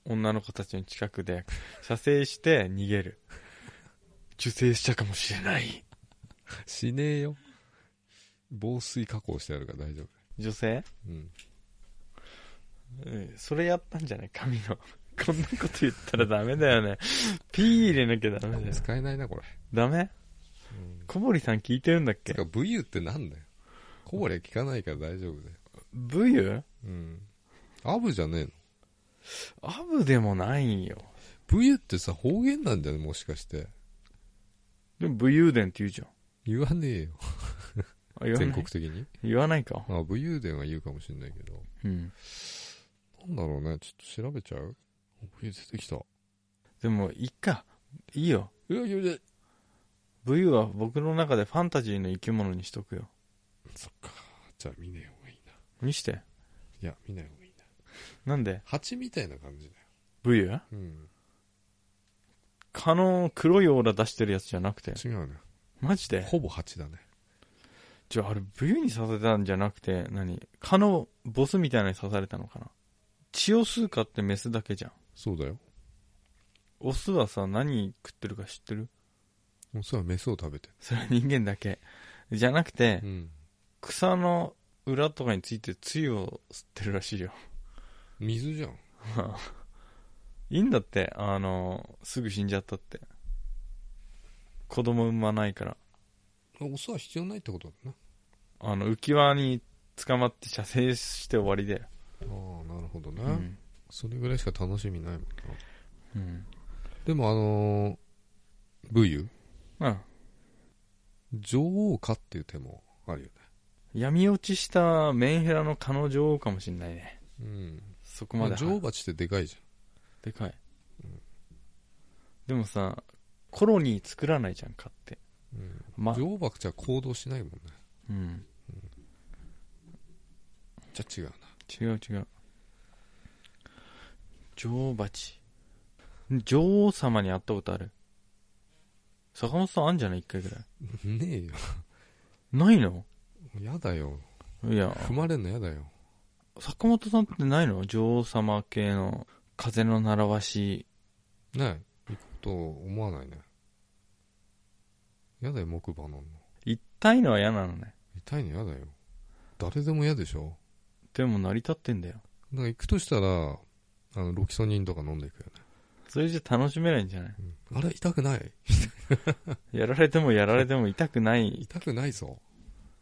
Speaker 1: 女の子たちの近くで、射精して逃げる。受精したかもしれない。
Speaker 2: しねえよ。防水加工してあるから大丈夫。
Speaker 1: 女性
Speaker 2: うん。
Speaker 1: うんそれやったんじゃない神の。 こんなこと言ったらダメだよね。ピー入れなきゃダメだよ。
Speaker 2: 使えないな、これ。
Speaker 1: ダメ
Speaker 2: うん。
Speaker 1: 小堀さん聞いてるんだってけ
Speaker 2: か、武勇ってなんだよ。こぼれ聞かないから大丈夫だよ。
Speaker 1: ブユ
Speaker 2: うん。アブじゃねえの
Speaker 1: アブでもないよ。
Speaker 2: 武勇ってさ、方言なんだよね、もしかして。
Speaker 1: でも武勇伝って言うじゃん。
Speaker 2: 言わねえよ。
Speaker 1: あ言わない
Speaker 2: 全国的に。
Speaker 1: 言わないか。
Speaker 2: あ、武勇伝は言うかもしんないけど。
Speaker 1: うん。
Speaker 2: なんだろうね、ちょっと調べちゃう武勇出てきた。
Speaker 1: でも、いっか。いいよ。
Speaker 2: うわ、気持ちいい
Speaker 1: 武勇は僕の中でファンタジーの生き物にしとくよ。
Speaker 2: そっか。じゃあ見ねえ方がいいな。
Speaker 1: 見して。
Speaker 2: いや、見ない方がいいな。
Speaker 1: なんで
Speaker 2: 蜂みたいな感じだよ。
Speaker 1: 武勇
Speaker 2: うん。
Speaker 1: 蚊の黒いオーラ出してるやつじゃなくて。
Speaker 2: 違うね。
Speaker 1: マジで
Speaker 2: ほぼ蜂だね。
Speaker 1: じゃあ、あれ、武勇に刺されたんじゃなくて、何蚊のボスみたいなのに刺されたのかな血を吸う蚊ってメスだけじゃん。
Speaker 2: そうだよ。
Speaker 1: オスはさ、何食ってるか知ってる
Speaker 2: オスはメスを食べて
Speaker 1: それは人間だけ。じゃなくて
Speaker 2: る。、うん。
Speaker 1: 草の裏とかについてつゆを吸ってるらしいよ。
Speaker 2: 水じゃん。
Speaker 1: いいんだって、あの、すぐ死んじゃったって。子供産まないから。
Speaker 2: あオスは必要ないってことだな。
Speaker 1: あの、浮き輪に捕まって射精して終わりだよ。
Speaker 2: ああ、なるほどね。
Speaker 1: うん。
Speaker 2: それぐらいしか楽しみないもんな。
Speaker 1: うん。
Speaker 2: でもあのー、武勇
Speaker 1: うん。
Speaker 2: 女王かっていう手もあるよね。
Speaker 1: 闇落ちしたメンヘラの彼女かもしんないね。
Speaker 2: うん。
Speaker 1: そこ
Speaker 2: ま
Speaker 1: ま
Speaker 2: あ、
Speaker 1: で。
Speaker 2: 女王蜂ってでかいじ
Speaker 1: でかい。でもさ、コロニー作らないじゃん、かって。
Speaker 2: ゃん。うん。
Speaker 1: ま、
Speaker 2: 女王蜂は行動しないもんね。
Speaker 1: うん。
Speaker 2: じゃあ違うな。
Speaker 1: 違う違う。女王蜂。女王様に会ったことある坂本さんあんじゃない一回ぐらい。
Speaker 2: ねえよ。
Speaker 1: ないの
Speaker 2: やだよ。
Speaker 1: いや、
Speaker 2: 踏まれんのやだよ。
Speaker 1: 坂本さんってないの女王様系の風の習わし。
Speaker 2: ねえ。行くと思わないね。やだよ、木馬乗んの。
Speaker 1: 痛いのは嫌なのね。
Speaker 2: 痛いのやだよ。誰でも嫌でしょ。
Speaker 1: でも成り立ってんだよ。
Speaker 2: だから行くとしたら、あの、ロキソニンとか飲んでいくよね。
Speaker 1: それじゃ楽しめないんじゃない
Speaker 2: うんあれ、痛くない
Speaker 1: やられてもやられても痛くない。
Speaker 2: 痛くないぞ。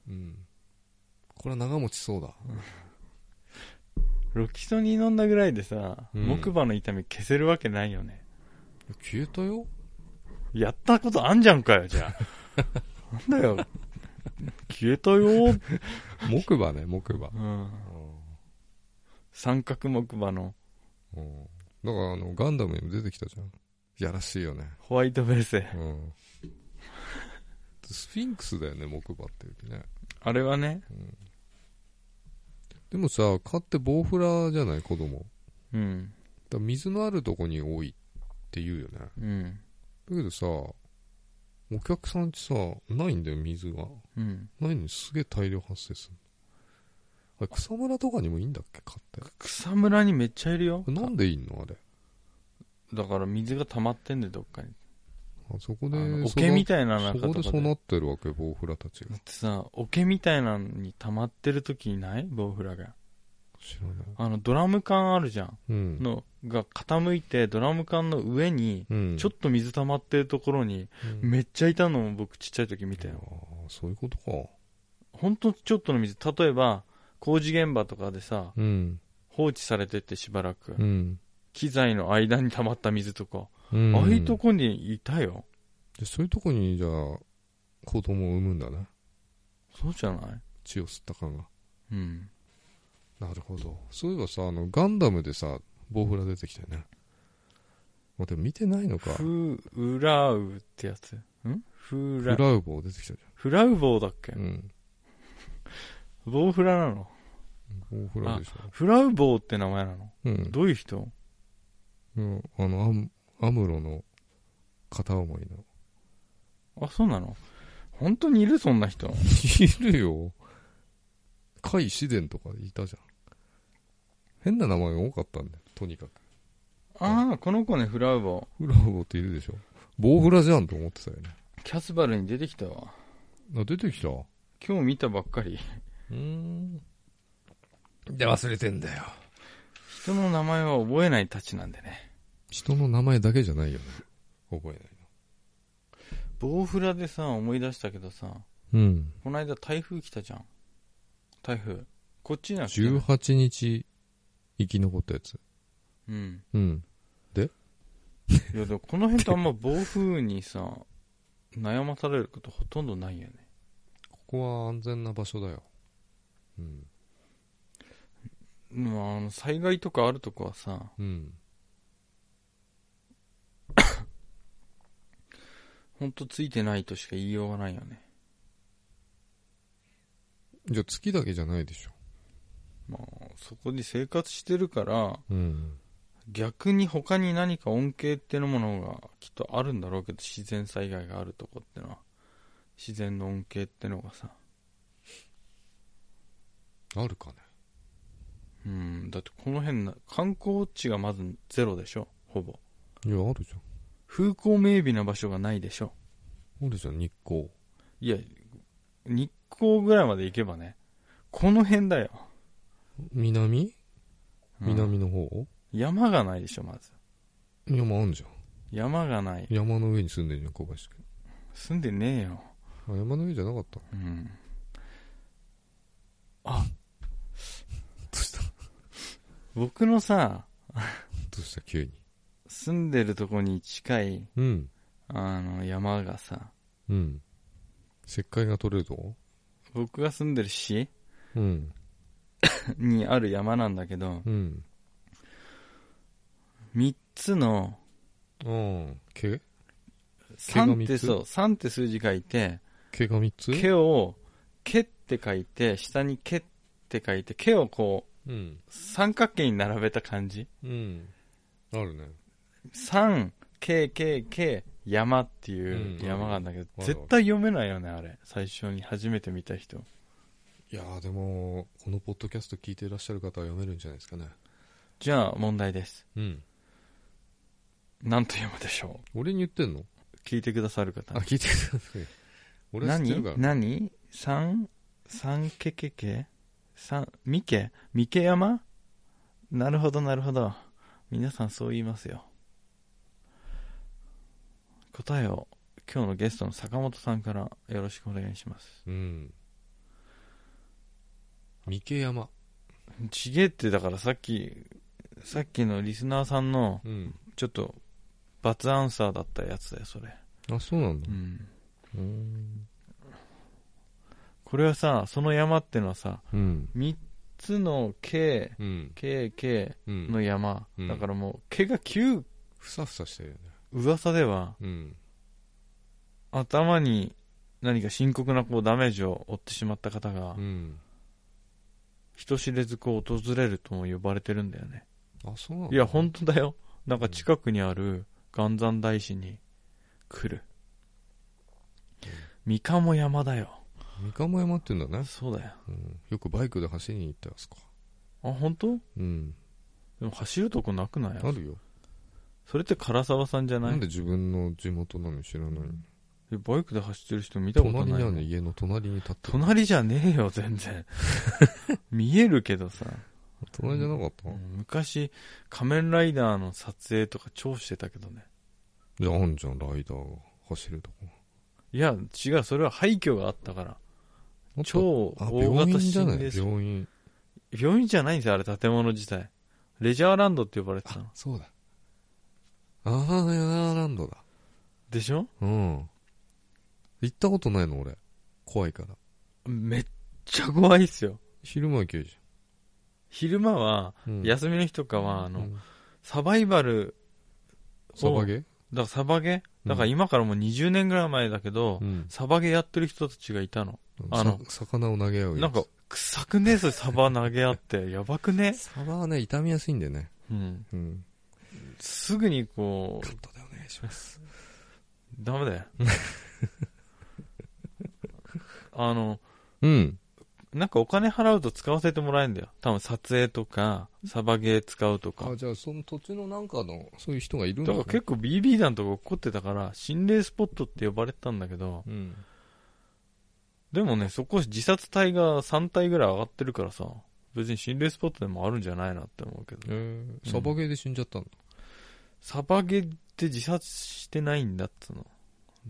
Speaker 2: うん。これは長持ちそうだ。
Speaker 1: ロキソニン飲んだぐらいでさ、
Speaker 2: うん
Speaker 1: 木馬の痛み消せるわけないよね。
Speaker 2: 消えたよ
Speaker 1: やったことあんじゃんかよ、じゃあ。 なんだよ。消えたよ。
Speaker 2: 木馬ね、木馬。
Speaker 1: うん。三角木馬の
Speaker 2: うん。だから、あの、ガンダムにも出てきたじゃん。やらしいよね。
Speaker 1: ホワイトベース。
Speaker 2: うん。 スフィンクスだよね、木馬っていうね。
Speaker 1: あれはね、
Speaker 2: でもさ、蚊ってボウフラじゃない、子供。だか
Speaker 1: うん、
Speaker 2: ら水のあるとこに多いって言うよね。だ
Speaker 1: うん、
Speaker 2: けどさ、お客さんちさ、ないんだよ、水が。
Speaker 1: うん。
Speaker 2: ないのにすげえ大量発生するあれ、草むらとかにもいいんだっけ、蚊って。
Speaker 1: 草むらにめっちゃいるよ。
Speaker 2: なんでいんのあれ。
Speaker 1: だから水が溜まってんで、どっかに。
Speaker 2: あそこ
Speaker 1: あ
Speaker 2: で
Speaker 1: の、
Speaker 2: 育
Speaker 1: 桶
Speaker 2: っ
Speaker 1: みたいな中と
Speaker 2: そこ
Speaker 1: か
Speaker 2: で
Speaker 1: で。
Speaker 2: そうなってるわけ、ボウフラたちが
Speaker 1: だっ。てさ、桶みたいなのに溜まってる時にないボウフラが。
Speaker 2: 知らない。
Speaker 1: あの、ドラム缶あるじゃん。
Speaker 2: うん。
Speaker 1: の、が傾いて、ドラム缶の上に、
Speaker 2: うん、
Speaker 1: ちょっと水溜まってるところに、
Speaker 2: うん
Speaker 1: めっちゃいたのを僕ちっちゃい時見たよ。
Speaker 2: ああ、そういうことか。
Speaker 1: ほんとちょっとの水。例えば、工事現場とかでさ、
Speaker 2: うん。
Speaker 1: 放置されててしばらく
Speaker 2: う、ん。
Speaker 1: 機材の間に溜まった水とか、
Speaker 2: うん
Speaker 1: ああいうとこにいたよ。
Speaker 2: でそういうとこに、じゃあ、子供を産むんだね。
Speaker 1: そうじゃない
Speaker 2: 血を吸った感が。
Speaker 1: うん。
Speaker 2: なるほど。そういえばさ、あの、ガンダムでさ、ボウフラ出てきたよね。まあ、でも見てないのか。フ
Speaker 1: フウラウってやつ。んフラ、
Speaker 2: ラウボウ出てきたじ
Speaker 1: フラウボウだっけ
Speaker 2: ゃん。うん。
Speaker 1: ボウフラなの
Speaker 2: ボウフラでしょ。
Speaker 1: フラウボウって名前なの
Speaker 2: うん。
Speaker 1: どういう人
Speaker 2: うんあの、アムアムロの片思いの。
Speaker 1: あ、そうなの本当にいるそんな人。
Speaker 2: いるよ。甲斐紫伝とかいたじゃん。変な名前が多かったんだよ、とにかく。
Speaker 1: ああ、この子ね、フラウボ
Speaker 2: フラボっているでしょ。ボウフラじゃんと思ってたよね。
Speaker 1: ウ。キャスバルに出てきたわ。
Speaker 2: あ、出てきたう
Speaker 1: 今日見たばっかり。
Speaker 2: ーん。で、忘れてんだよ。
Speaker 1: 人の名前は覚えないたちなんでね。
Speaker 2: 人の名前だけじゃないよね。覚えない
Speaker 1: ボウフラでさ、思い出したけどさ、
Speaker 2: の。うん。
Speaker 1: この間台風来たじゃん。台風。こっちには来てない
Speaker 2: 18日、生き残ったやつ。
Speaker 1: うん。
Speaker 2: うん。
Speaker 1: いや、でもこの辺ってあんま暴風にさ、悩まされることほとんどないよね。
Speaker 2: ここは安全な場所だよ。うん。
Speaker 1: まあ、あの災害とかあるとこはさ、
Speaker 2: うん。
Speaker 1: ほんとついてないとしか言いようがないよね。
Speaker 2: じゃあ月だけじゃないでしょ。
Speaker 1: まあ、そこで生活してるから、
Speaker 2: うん。
Speaker 1: 逆に他に何か恩恵っていうものがきっとあるんだろうけど、自然災害があるとこってのは、自然の恩恵ってのがさ、
Speaker 2: あるかね。
Speaker 1: うん、だってこの辺な、観光地がまずゼロでしょ、ほぼ。
Speaker 2: いや、あるじゃ
Speaker 1: 風光明媚な場所がないでしょ。
Speaker 2: ん。あるじゃん、日光。
Speaker 1: いや、日光ぐらいまで行けばね、この辺だよ。
Speaker 2: 南
Speaker 1: うん
Speaker 2: 南の方、
Speaker 1: 山がないでしょ、まず。
Speaker 2: 山あんじゃん。
Speaker 1: 山がない。
Speaker 2: 山の上に住んでるじゃん、小林君。
Speaker 1: 住んでねえよ。
Speaker 2: あ、山の上じゃなかった。
Speaker 1: うん。
Speaker 2: どうした
Speaker 1: 僕のさ、
Speaker 2: どうした急に。
Speaker 1: 住んでるとこに近い、
Speaker 2: うん。
Speaker 1: あの、山がさ、
Speaker 2: うん。石灰が取れるとこ
Speaker 1: 僕が住んでる市
Speaker 2: うん。
Speaker 1: にある山なんだけど、
Speaker 2: うん。
Speaker 1: 3つの、
Speaker 2: うん。毛毛
Speaker 1: 3
Speaker 2: が
Speaker 1: っ
Speaker 2: 三
Speaker 1: て
Speaker 2: つ
Speaker 1: そう、3って数字書いて、
Speaker 2: 毛が3つ
Speaker 1: 毛を、毛って書いて、下に毛って書いて、毛をこう、
Speaker 2: うん。
Speaker 1: 三角形に並べた感じ。
Speaker 2: うん。あるね。
Speaker 1: 三、KKK、山っていう
Speaker 2: うん
Speaker 1: 山があるんだけど、
Speaker 2: うん
Speaker 1: 絶対読めないよね、あれ。最初に初めて見た人。
Speaker 2: いやーでも、このポッドキャスト聞いていらっしゃる方は読めるんじゃないですかね。
Speaker 1: じゃあ、問題です。
Speaker 2: うん。
Speaker 1: なんと読むでしょ
Speaker 2: 俺に言ってんの
Speaker 1: う聞いてくださる
Speaker 2: あ、
Speaker 1: 方。
Speaker 2: 聞いてくださ い。俺は知ってるから
Speaker 1: 何。何三、三ケケケ三、三ケ三ケ山なるほど、なるほど。皆さんそう言いますよ。答えを今日のゲストの坂本さんからよろしくお願いします。
Speaker 2: うん。三毛山。
Speaker 1: ちげえってだからさっきさっきのリスナーさんの
Speaker 2: うん。
Speaker 1: ちょっとバツアンサーだったやつだよそれ、
Speaker 2: あ、そうなんだ
Speaker 1: う。ん、
Speaker 2: うん。
Speaker 1: これはさその山ってのはさ
Speaker 2: うん。
Speaker 1: 3つの KKK
Speaker 2: うん。うん。
Speaker 1: の山、
Speaker 2: うん
Speaker 1: だからもう毛が9
Speaker 2: ふさふさしてるよね。
Speaker 1: 噂では
Speaker 2: うん。
Speaker 1: 頭に何か深刻なこうダメージを負ってしまった方が
Speaker 2: うん。
Speaker 1: 人知れずこう訪れるとも呼ばれてるんだよね
Speaker 2: あ、そうなんだ。
Speaker 1: いや本当だよなんか近くにある岩山大師に来る三鴨山だよ
Speaker 2: 三鴨山って言うんだね。
Speaker 1: そうだよ
Speaker 2: うん。よくバイクで走りに行ったんですか。
Speaker 1: あ本当
Speaker 2: うん。
Speaker 1: でも走るとこなくない
Speaker 2: あるよ。
Speaker 1: それって唐沢さんじゃない
Speaker 2: なんで自分の地元なの知らないの
Speaker 1: えバイクで走ってる人見たこと
Speaker 2: 隣
Speaker 1: ない
Speaker 2: にあ
Speaker 1: よ
Speaker 2: るの家の隣に立ってる。
Speaker 1: 隣じゃねえよ全 然見えるけどさ
Speaker 2: 隣じゃなかった
Speaker 1: 昔仮面ライダーの撮影とか超してたけどね
Speaker 2: じゃああんじゃん、ライダーが走るとこ。
Speaker 1: いや違うそれは廃墟があったから超
Speaker 2: あ、
Speaker 1: 大
Speaker 2: 病
Speaker 1: 型
Speaker 2: 院じゃな
Speaker 1: 心
Speaker 2: い
Speaker 1: 霊
Speaker 2: 病院。
Speaker 1: 病院じゃないんですよあれ建物自体レジャーランドって呼ばれてたの
Speaker 2: そうだ。あー、ヤーランドだ。
Speaker 1: でしょ
Speaker 2: うん。行ったことないの、俺。怖いから。
Speaker 1: めっちゃ怖いっすよ
Speaker 2: 昼間は行けるじ
Speaker 1: 昼間は、
Speaker 2: ゃん。うん、
Speaker 1: 休みの日とかはあ
Speaker 2: あ
Speaker 1: の、サバイバル
Speaker 2: サバゲ
Speaker 1: だからサバゲだから今からもう20年ぐらい前だけど、
Speaker 2: うん。
Speaker 1: サバゲやってる人たちがいたの。あ
Speaker 2: あ
Speaker 1: の
Speaker 2: の、さ魚を投げ合うやつ
Speaker 1: なんか、、臭くねえぞ、サバ投げ合って。やばくね
Speaker 2: サバはね、傷みやすいんだよね。
Speaker 1: うん。
Speaker 2: うん。
Speaker 1: すぐにこう
Speaker 2: カ、ットでお願いします。
Speaker 1: ダメだよ。 あの、
Speaker 2: うん。
Speaker 1: なんかお金払うと使わせてもらえるんだよ。多分撮影とか、サバゲー使うとか
Speaker 2: あ、。じゃあ、その土地のなんかの、そういう人がいるん
Speaker 1: だ
Speaker 2: だ
Speaker 1: から結構 BB 弾とか怒ってたから、心霊スポットって呼ばれてたんだけど、
Speaker 2: うん。
Speaker 1: でもね、そこ自殺隊が3体ぐらい上がってるからさ、別に心霊スポットでもあるんじゃないなって思うけど。
Speaker 2: えー、サバゲーで死んじゃったんだ。
Speaker 1: サバゲって自殺してないんだっつうの。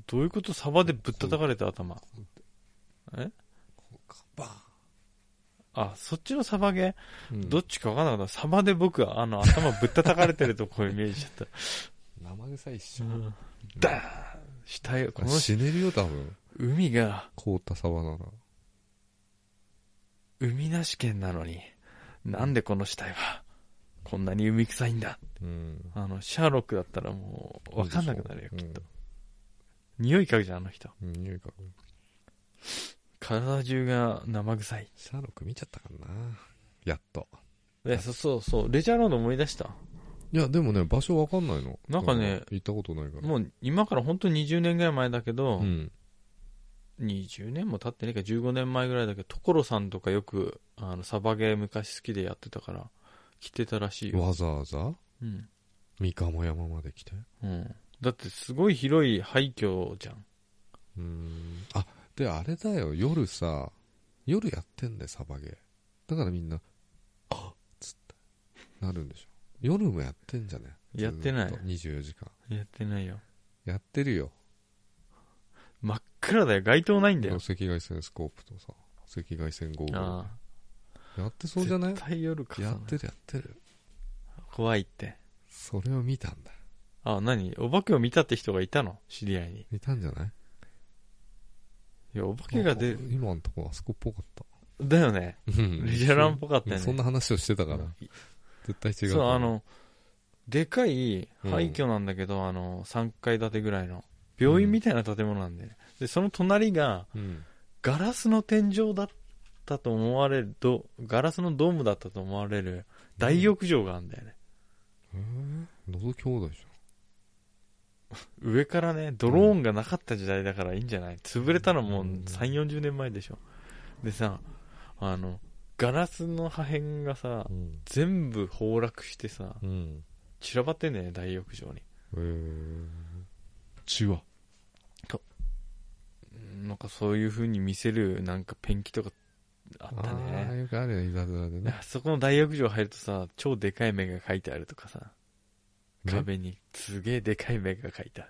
Speaker 1: どういうことサバでぶったたかれた頭。え
Speaker 2: バ
Speaker 1: あ、そっちのサバゲ、
Speaker 2: ーン
Speaker 1: どっちかわかんなかった。サバで僕はあの頭ぶったたかれてるとこをイメージしちゃった。
Speaker 2: な生臭いっしょ。
Speaker 1: ダーン下へ、こ
Speaker 2: あ
Speaker 1: の
Speaker 2: 死ねるよ、多分。
Speaker 1: 海が
Speaker 2: 凍った沢なら。
Speaker 1: 海なし県なのに、なんでこの死体は、こんなに海臭いんだ。
Speaker 2: うん。
Speaker 1: あの、シャーロックだったらもう、わかんなくなるよ、
Speaker 2: うん
Speaker 1: きっと。。匂い嗅ぐじゃん、あの人。
Speaker 2: うん匂いか。
Speaker 1: 体中が生臭い。
Speaker 2: シャーロック見ちゃったからな。やっと。
Speaker 1: え、そうそうそう、レジャーロード思い出した。
Speaker 2: いや、でもね、場所わかんないの。
Speaker 1: なんかね
Speaker 2: 行ったことないから。
Speaker 1: もう、今から本当に20年ぐらい前だけど、
Speaker 2: うん。
Speaker 1: 20年も経ってねえか、15年前ぐらいだけど、所さんとかよく、あの、サバゲー昔好きでやってたから、来てたらしいよ。
Speaker 2: わざわざ
Speaker 1: うん。
Speaker 2: 三鴨山まで来て。
Speaker 1: うん。だってすごい広い廃墟じゃん。
Speaker 2: うーん。あ、で、あれだよ、夜さ、夜やってんだよ、サバゲー。だからみんな、あっつって、なるんでしょ。夜もやってんじゃね
Speaker 1: やってない
Speaker 2: ずーと24時間。
Speaker 1: やってないよ。
Speaker 2: やってるよ。
Speaker 1: 真っ赤だよ、街灯ないんだ
Speaker 2: あの
Speaker 1: よ。
Speaker 2: 赤外線スコープとさ、赤外線ゴーグル。
Speaker 1: ああ。
Speaker 2: やってそうじゃない
Speaker 1: 絶対夜か。
Speaker 2: やってるやってる。
Speaker 1: 怖いって。
Speaker 2: それを見たんだ。
Speaker 1: あ、何お化けを見たって人がいたの知り合いに。
Speaker 2: 見たんじゃない
Speaker 1: いや、お化けが出る。
Speaker 2: あ今のとこあそこっぽかった。
Speaker 1: だよね。
Speaker 2: うん
Speaker 1: レジャランっぽかったよね。
Speaker 2: そんな話をしてたから、絶対違う。
Speaker 1: そう、あ、の、でかい廃墟なんだけど、あの、3階建てぐらいの。病院みたいな建物なんで、ねで、その隣が、
Speaker 2: うん。
Speaker 1: ガラスの天井だったと思われる、どガラスのドームだったと思われる大浴場があるんだよね。
Speaker 2: えー、喉兄弟じ
Speaker 1: 上からね、ドローンがなかった時代だからいいんじゃない潰れたのもう3、40年前でしょ。でさ、あの、ガラスの破片がさ
Speaker 2: ゃ、ん。うん。
Speaker 1: 全部崩落してさ、
Speaker 2: うん。
Speaker 1: 散らばってんだよね、大浴場に。
Speaker 2: えー、血は。
Speaker 1: うんなんかそういう風に見せる、なんかペンキとかあった
Speaker 2: あー
Speaker 1: ね。
Speaker 2: よくあるよ、いざずらでね。
Speaker 1: あそこの大浴場入るとさ、超でかい目が描いてあるとかさ、壁にすげえでかい目が描いてあ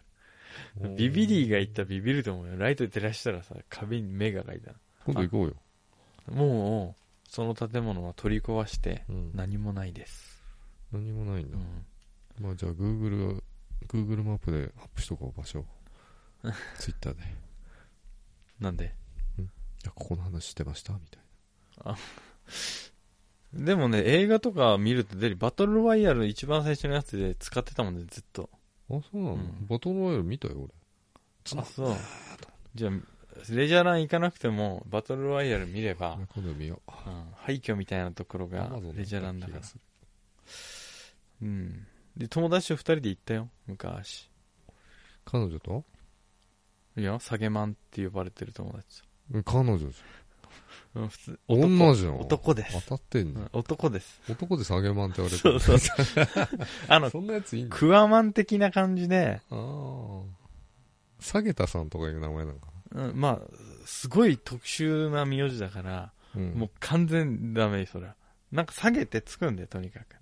Speaker 1: る。
Speaker 2: ね
Speaker 1: ビビリーが言ったらビビると思うよ。ライトで照らしたらさ、壁に目が描いてある。
Speaker 2: 今度行こうよ。
Speaker 1: もう、その建物は取り壊して、
Speaker 2: うん
Speaker 1: 何もないです。
Speaker 2: 何もないん
Speaker 1: う
Speaker 2: だ。
Speaker 1: ん。
Speaker 2: まあじゃあ、Google が、Google マップでアップしとこう、場 所を。Twitter で。い
Speaker 1: なんで
Speaker 2: や、ここの話してましたみたい
Speaker 1: でもね、映画とか見ると出る、バトルロワイヤルの一番最初のやつで使ってたもんね、ずっと。
Speaker 2: な。あ、そうなの、
Speaker 1: うん
Speaker 2: バトルロイヤル見たよ、俺。
Speaker 1: あ、そう。じゃあ、レジャーラン行かなくても、バトルロワイヤル見れば、
Speaker 2: 今度見よう。
Speaker 1: うん、廃墟みたいなところが
Speaker 2: Amazon
Speaker 1: レジャーランだから
Speaker 2: 気が。する
Speaker 1: うん。で、友達と二人で行ったよ、昔。
Speaker 2: 彼女と
Speaker 1: いや、下げマンって呼ばれてる友達と。
Speaker 2: うん彼女じ
Speaker 1: うん、普通、
Speaker 2: ゃん。女じゃん。
Speaker 1: 男です。
Speaker 2: 当たってん
Speaker 1: う
Speaker 2: じゃん。
Speaker 1: ん男です。
Speaker 2: 男で下げマンって言われて
Speaker 1: そ
Speaker 2: る
Speaker 1: うそうそう。 あの、
Speaker 2: そんなやついいんだ。
Speaker 1: クワマン的な感じで、
Speaker 2: ああ。下げたさんとかいう名前なのか
Speaker 1: うん、まあ、すごい特殊な名字だから、
Speaker 2: な。うん
Speaker 1: もう完全ダメ、それは。なんか下げてつくんで、とにかく。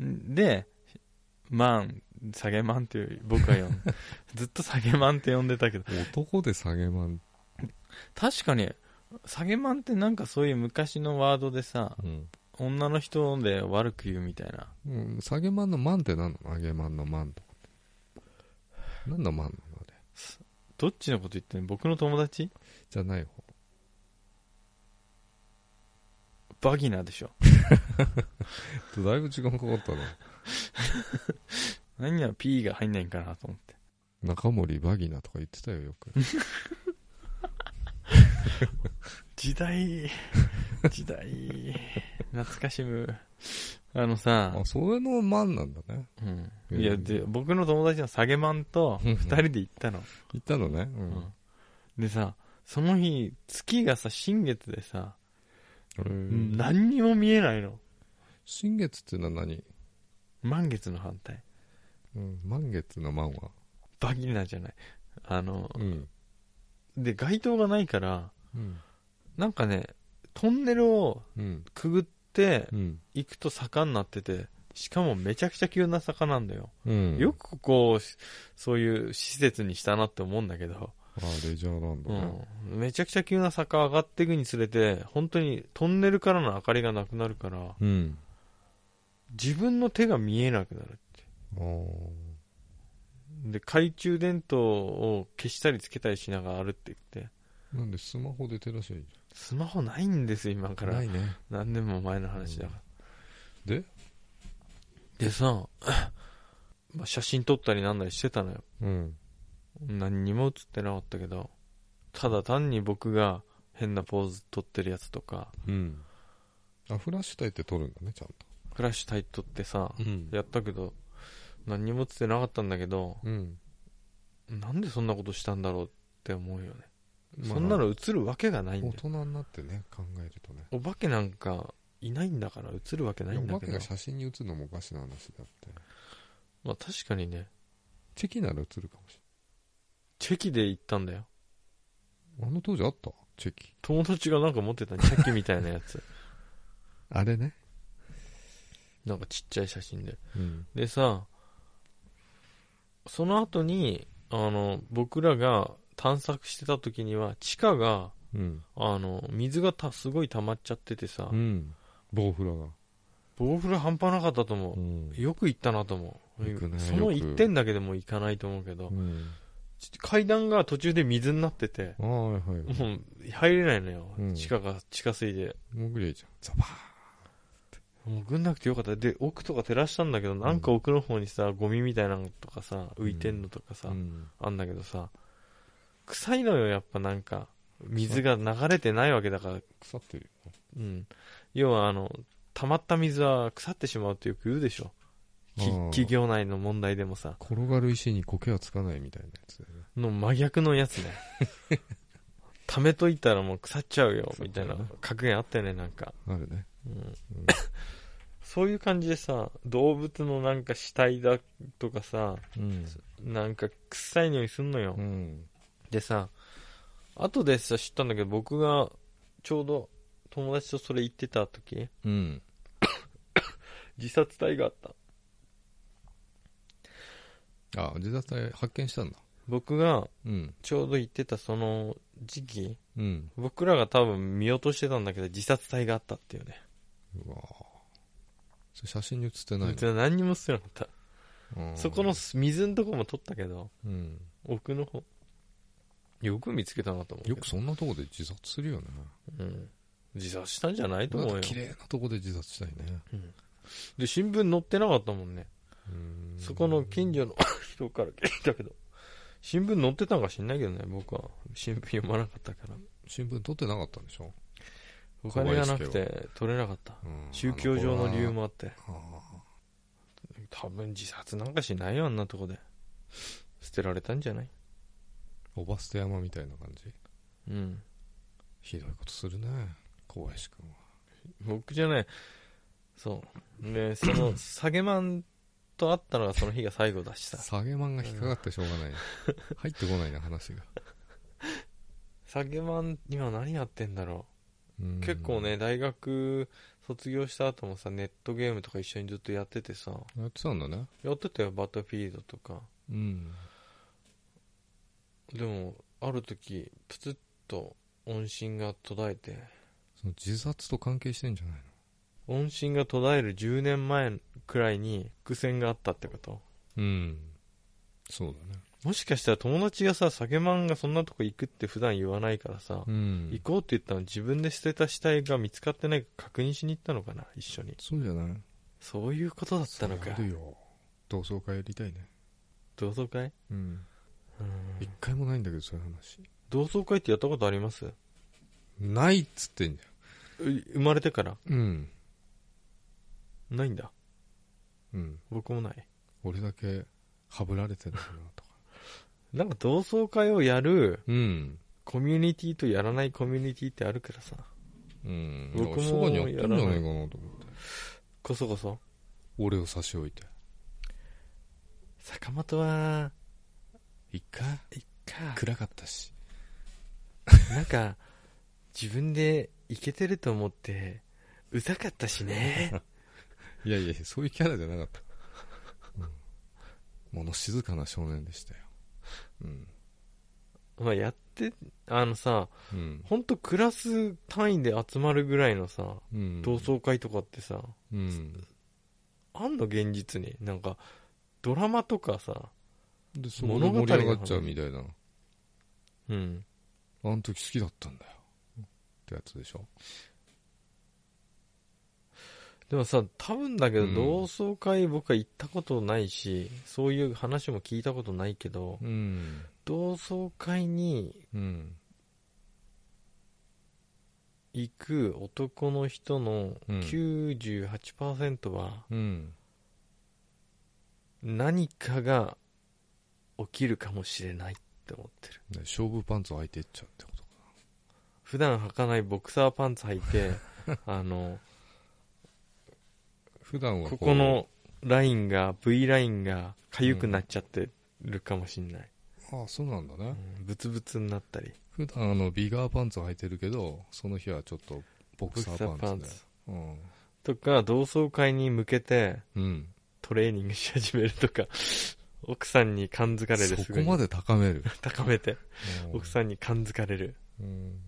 Speaker 2: うん。
Speaker 1: んで、マン、下げマンっていう僕は呼んで、 ずっと下げマンって呼んでたけど、
Speaker 2: 男で下げマン。
Speaker 1: 確かに、下げマンってなんかそういう昔のワードでさ、
Speaker 2: うん。
Speaker 1: 女の人で悪く言うみたいな。
Speaker 2: うん、下げマンのマンって何なの上げマンのマンとかって。何のマンなのあれ。
Speaker 1: どっちのこと言ってんの僕の友達
Speaker 2: じゃない方。
Speaker 1: バギナーでしょ。
Speaker 2: だいぶ時間かか ったな。
Speaker 1: 何や P が入んないんかなと思って。
Speaker 2: 中森バギナとか言ってたよ、よく。
Speaker 1: 時代、 時代、懐かしむ。あのさ、
Speaker 2: あ、それのマンなんだね。
Speaker 1: うん、いや、で、僕の友達の下げマンと
Speaker 2: うん
Speaker 1: 二人で行ったの。
Speaker 2: 言ったのね。う。
Speaker 1: うんんでさ、その日、月がさ、新月でさ、
Speaker 2: へー
Speaker 1: 何にも見えないの。
Speaker 2: 新月っていうのは何、
Speaker 1: 満月の反対。
Speaker 2: うん、満月の満は。
Speaker 1: バギナーじゃない。あの、
Speaker 2: うん。
Speaker 1: で、街灯がないから、
Speaker 2: うん。
Speaker 1: なんかね、トンネルを
Speaker 2: うん。
Speaker 1: くぐって
Speaker 2: うん。
Speaker 1: 行くと坂になってて、しかもめちゃくちゃ急な坂なんだよ。
Speaker 2: うん、
Speaker 1: よくここをしそういう施設にしたなって思うんだけど、
Speaker 2: あ、レジャーランド
Speaker 1: う
Speaker 2: ね。
Speaker 1: ん、めちゃくちゃ急な坂上がっていくにつれて、本当にトンネルからの明かりがなくなるから、
Speaker 2: うん。
Speaker 1: 自分の手が見えなくなるって。
Speaker 2: あー
Speaker 1: で、懐中電灯を消したりつけたりしながら歩って言って、
Speaker 2: なんでスマホで照らしゃいいんじ
Speaker 1: スマホないんですよ、今
Speaker 2: ゃ
Speaker 1: か
Speaker 2: んな
Speaker 1: ら
Speaker 2: い。ね
Speaker 1: 何年も前の話だから。
Speaker 2: で
Speaker 1: でさ、 まあ写真撮ったりなんだりしてたのよ。
Speaker 2: うん
Speaker 1: 何にも写ってなかったけど、ただ単に僕が変なポーズ撮ってるやつとか、
Speaker 2: うんあフラッシュ焚いて撮るんだねちゃんと
Speaker 1: フラッシュタイ撮ってさ、
Speaker 2: うん
Speaker 1: やったけど、何にも写ってなかったんだけど、
Speaker 2: うん
Speaker 1: なんでそんなことしたんだろうって思うよね。
Speaker 2: まあ
Speaker 1: そんなの映るわけがないん
Speaker 2: 大
Speaker 1: だよ。
Speaker 2: 人になってね考えるとね
Speaker 1: お化けなんかいないんだから映るわけないん
Speaker 2: お
Speaker 1: だ
Speaker 2: 化
Speaker 1: け
Speaker 2: け
Speaker 1: ど
Speaker 2: が。写真に写るのもおかしな話だって
Speaker 1: まあ確かにね、
Speaker 2: チェキなら写るかもし
Speaker 1: チェキで行ったんだよ。
Speaker 2: れないあの当時あったチェキ
Speaker 1: 友達がなんか持ってたチェキみたいなやつ。
Speaker 2: あれね
Speaker 1: なんかちっちゃい写真で。
Speaker 2: うん
Speaker 1: でさ、その後に、あの、僕らが探索してた時には、地下が、
Speaker 2: うん
Speaker 1: あの、水がたすごい溜まっちゃっててさ、
Speaker 2: うん棒フラが
Speaker 1: ボウフラ半端なかったと思う。
Speaker 2: ん
Speaker 1: よく行ったなと思う。
Speaker 2: 行くね
Speaker 1: その
Speaker 2: よく
Speaker 1: 一点だけでも行かないと思うけど、
Speaker 2: うん
Speaker 1: ち階段が途中で水になってて、
Speaker 2: ああはいはい
Speaker 1: もう入れないのよ。
Speaker 2: うん
Speaker 1: 地下が、地下水で。
Speaker 2: 潜りゃいいじゃんザバー
Speaker 1: もうぐんなくてよかった。で、奥とか照らしたんだけど、なんか奥の方にさ、ゴミみたいなのとかさ、浮いてんのとかさ、
Speaker 2: うん
Speaker 1: あんだけどさ、臭いのよ、やっぱなんか。水が流れてないわけだから、
Speaker 2: 腐ってるよ
Speaker 1: うん。要はあの、溜まった水は腐ってしまうってよく言うでしょ。き
Speaker 2: あー
Speaker 1: 企業内の問題でもさ、
Speaker 2: 転がる石に苔はつかないみたいなやつだよね
Speaker 1: の真逆のやつね。 溜めといたらもう腐っちゃうよ、みたいな
Speaker 2: 腐っちゃうね
Speaker 1: 格言あったよね、なんか。
Speaker 2: あるね
Speaker 1: うん
Speaker 2: うん
Speaker 1: そういう感じでさ、動物のなんか死体だとかさ、
Speaker 2: うん
Speaker 1: なんか臭い匂いすんのよ。
Speaker 2: うん
Speaker 1: でさ、後でさ、知ったんだけど、僕がちょうど友達とそれ行ってた時、
Speaker 2: うん
Speaker 1: 自殺体があった。
Speaker 2: あ自殺体発見したんだ
Speaker 1: 僕が
Speaker 2: うん
Speaker 1: ちょうど行ってたその時期、
Speaker 2: うん
Speaker 1: 僕らが多分見落としてたんだけど、自殺体があったっていうね。
Speaker 2: うわーそれ写真に写ってない
Speaker 1: 別に何にもしてなかった。
Speaker 2: の
Speaker 1: そこの水のとこも撮ったけど、
Speaker 2: うん
Speaker 1: 奥の方。よく見つけたなと思うけ
Speaker 2: よ
Speaker 1: ど。
Speaker 2: くそんなとこで自殺するよね
Speaker 1: うん。自殺したんじゃないと
Speaker 2: なん
Speaker 1: 思う
Speaker 2: か
Speaker 1: よ。
Speaker 2: 綺麗なとこで自殺したいね
Speaker 1: で、新聞載ってなかったもんね。
Speaker 2: うん
Speaker 1: そこの近所の人から聞いたけど、新聞載ってたんか知んないけどね、僕は。新聞読まなかったから。
Speaker 2: 新聞取ってなかったんでしょ
Speaker 1: お金がなくて取れなかった。
Speaker 2: うん
Speaker 1: 宗教上の理由もあって。
Speaker 2: ああ
Speaker 1: 多分自殺なんかしないよ、あんなとこで。捨てられたんじゃない
Speaker 2: おば捨て山みたいな感じ
Speaker 1: うん。
Speaker 2: ひどいことするね小林君は
Speaker 1: 僕じゃない。そう。で、そ の、下げマンと会ったのがその日が最後だしさ。
Speaker 2: 下げマンが引っかかってしょうがない 入ってこないな話が
Speaker 1: 下げマン、今何やってんだろ
Speaker 2: うん
Speaker 1: う。結構ね、大学卒業した後もさ、ネットゲームとか一緒にずっとやっててさ、
Speaker 2: やってたんだね
Speaker 1: やってたよ、バトルフィールドとか。
Speaker 2: うん
Speaker 1: でも、ある時、プツッと音信が途絶えて、
Speaker 2: その自殺と関係してんじゃない
Speaker 1: 音信が途絶える10年前くらいに伏線があったってこと
Speaker 2: のうんそうだね
Speaker 1: もしかしたら友達がさ、酒マンがそんなとこ行くって普段言わないからさ、
Speaker 2: うん
Speaker 1: 行こうって言ったの自分で捨てた死体が見つかってないか確認しに行ったのかな、一緒に。
Speaker 2: そうじゃない
Speaker 1: そういうことだったの
Speaker 2: それ
Speaker 1: か
Speaker 2: あ。るよ同窓会やりたいね
Speaker 1: 同窓会
Speaker 2: うん
Speaker 1: うん
Speaker 2: 一回もないんだけどそういう話
Speaker 1: 同窓会ってやったことありますう
Speaker 2: ないっつってんじ
Speaker 1: 生まれてから
Speaker 2: ゃんうん
Speaker 1: ないんだ。
Speaker 2: うん
Speaker 1: 僕もない。
Speaker 2: 俺だけはぶられてるなとか
Speaker 1: なんか同窓会をやる、
Speaker 2: うん
Speaker 1: コミュニティとやらないコミュニティってあるからさ
Speaker 2: うん
Speaker 1: 僕も
Speaker 2: そばにやってんじゃないかなと思って
Speaker 1: こそこそ
Speaker 2: 俺を差し置いて
Speaker 1: 坂本は
Speaker 2: 一回
Speaker 1: か
Speaker 2: 暗かったし
Speaker 1: なんか自分でイケてると思ってうざかったしね
Speaker 2: いやいやそういうキャラじゃなかった、うん、もの静かな少年でしたようん
Speaker 1: まあやってあのさ
Speaker 2: うん
Speaker 1: ほんとクラス単位で集まるぐらいのさ
Speaker 2: うん
Speaker 1: 同窓会とかってさ、
Speaker 2: うん
Speaker 1: あんの現実になんかドラマとかさ
Speaker 2: で、そこで盛り上がっちゃうみたいな。
Speaker 1: うん。
Speaker 2: あの時好きだったんだよ。ってやつでしょ。
Speaker 1: でもさ、多分だけど、
Speaker 2: うん
Speaker 1: 同窓会僕は行ったことないし、そういう話も聞いたことないけど、
Speaker 2: うん。
Speaker 1: 同窓会に
Speaker 2: うん。
Speaker 1: 行く男の人の
Speaker 2: うん
Speaker 1: 98%は
Speaker 2: うん。
Speaker 1: 何かが起きるかもしれないって思ってる。
Speaker 2: ね勝負パンツを履いてっちゃうってことか。
Speaker 1: 普段履かないボクサーパンツ履い て、あの、
Speaker 2: 普段は
Speaker 1: こ
Speaker 2: う
Speaker 1: こ、のラインが、V ラインが痒くなっちゃってるかもしんない。
Speaker 2: ああ、そうなんだ
Speaker 1: う
Speaker 2: ね。
Speaker 1: んブツブツになったり。
Speaker 2: 普段あの、ビガーパンツ履いてるけど、その日はちょっとボ
Speaker 1: ボ
Speaker 2: ク
Speaker 1: クサ
Speaker 2: サ
Speaker 1: ー
Speaker 2: ー
Speaker 1: パ
Speaker 2: パ
Speaker 1: ン
Speaker 2: ン
Speaker 1: ツ
Speaker 2: ツ。で。うん。
Speaker 1: とか、同窓会に向けて
Speaker 2: うん。
Speaker 1: トレーニングし始めるとか、 奥さんに感づかれる
Speaker 2: そ
Speaker 1: す
Speaker 2: こ
Speaker 1: ごい
Speaker 2: まで高める。
Speaker 1: 高めて、
Speaker 2: うん
Speaker 1: 奥さんに感づかれる。
Speaker 2: うん。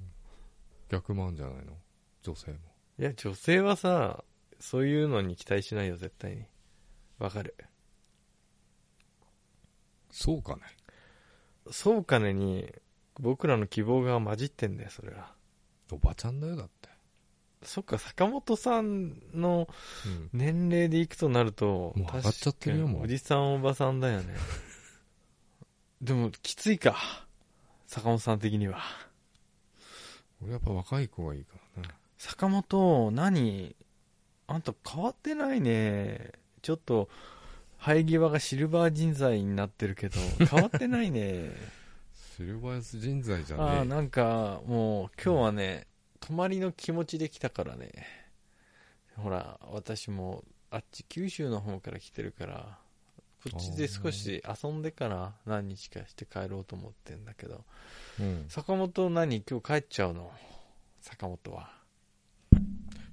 Speaker 2: 逆もあんじゃないの女性も。
Speaker 1: いや、女性はさ、そういうのに期待しないよ、絶対に。わかる。
Speaker 2: そうかね。
Speaker 1: そうかねに、僕らの希望が混じってんだよ、それは。
Speaker 2: おばちゃんだよ、だって。
Speaker 1: そっか、坂本さんの
Speaker 2: うん。
Speaker 1: 年齢でいくとなると、
Speaker 2: もう上がっちゃってるよ
Speaker 1: 確かに
Speaker 2: もう
Speaker 1: おじさんおばさんだよ ね。でも、きついか。坂本さん的には。
Speaker 2: 俺やっぱ若い子がいいからね。
Speaker 1: 坂本、何あんた変わってないね。ちょっと、生え際がシルバー人材になってるけ ど、変わってないね。
Speaker 2: シルバース人材じゃね
Speaker 1: ああ、
Speaker 2: えよ。
Speaker 1: なんか、もう、今日はね、泊まりの気持ちで来たからね。ほら、私も、あっち九州の方から来てるから、こっちで少し遊んでから何日かして帰ろうと思ってんだけど、
Speaker 2: うん。
Speaker 1: 坂本何今日帰っちゃうの坂本は。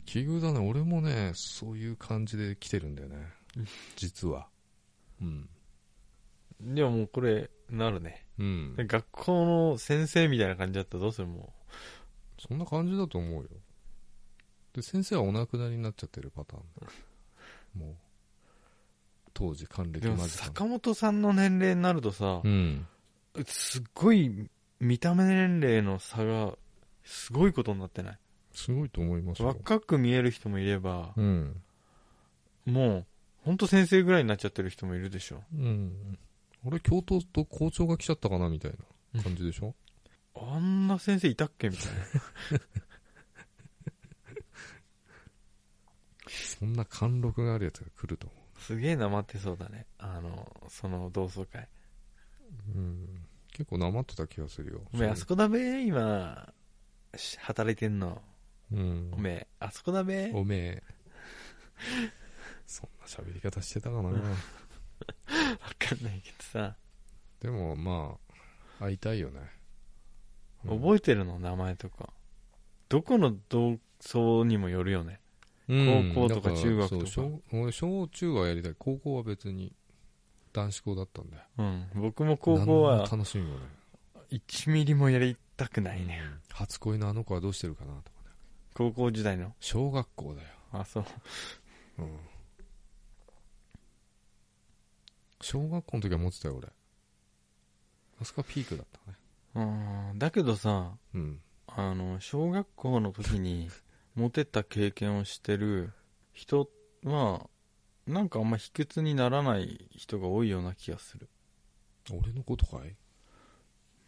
Speaker 2: 奇遇だね。俺もね、そういう感じで来てるんだよね。実は。うん。
Speaker 1: でももうこれ、なるね。
Speaker 2: うん。
Speaker 1: 学校の先生みたいな感じだったらどうするも
Speaker 2: そんな感じだと思うよ。で、先生はお亡くなりになっちゃってるパターンだよ。もう。当時、還
Speaker 1: う。
Speaker 2: 暦
Speaker 1: で
Speaker 2: 間
Speaker 1: も
Speaker 2: 近
Speaker 1: 坂本さんの年齢になるとさ、
Speaker 2: の。うん。
Speaker 1: すっごい見た目年齢の差がすごいことになってない
Speaker 2: すごいと思いますよ。
Speaker 1: 若く見える人もいれば
Speaker 2: うん。
Speaker 1: もうほんと先生ぐらいになっちゃってる人もいるでしょ
Speaker 2: うん。俺、教頭と校長が来ちゃったかな、みたいな感じでしょ、
Speaker 1: あんな先生いたっけみたいな
Speaker 2: そんな貫禄があるやつが来ると思
Speaker 1: すげえなまってそうだねあのその同窓会
Speaker 2: う。うん。結構なまってた気がするよ。
Speaker 1: おめえあそこだべ今し働いてんの
Speaker 2: うん
Speaker 1: お。めえあそこだべ
Speaker 2: おめえ。そんな喋り方してたかな。
Speaker 1: わかんないけどさ
Speaker 2: でも、まあ、会いたいよね。うん
Speaker 1: 覚えてるの名前とかどこの同窓にもよるよね
Speaker 2: うん
Speaker 1: 高校とか
Speaker 2: だら
Speaker 1: 中学とか
Speaker 2: そう小俺小中はやりたい高校は別に男子校だったんだよ
Speaker 1: うん僕も高校
Speaker 2: 何
Speaker 1: は
Speaker 2: も楽しみもね
Speaker 1: 1ミリもやりたくないね、
Speaker 2: 初恋のあの子はどうしてるかなとかね
Speaker 1: 高校時代の
Speaker 2: 小学校だよ、
Speaker 1: あそう
Speaker 2: うん、小学校の時は持ってたよ俺あそこはピークだったね
Speaker 1: うんだけどさ
Speaker 2: うん
Speaker 1: あの小学校の時 にモテた経験をしてる人はなんかあんま卑屈にならない人が多いような気がする
Speaker 2: 俺のことかい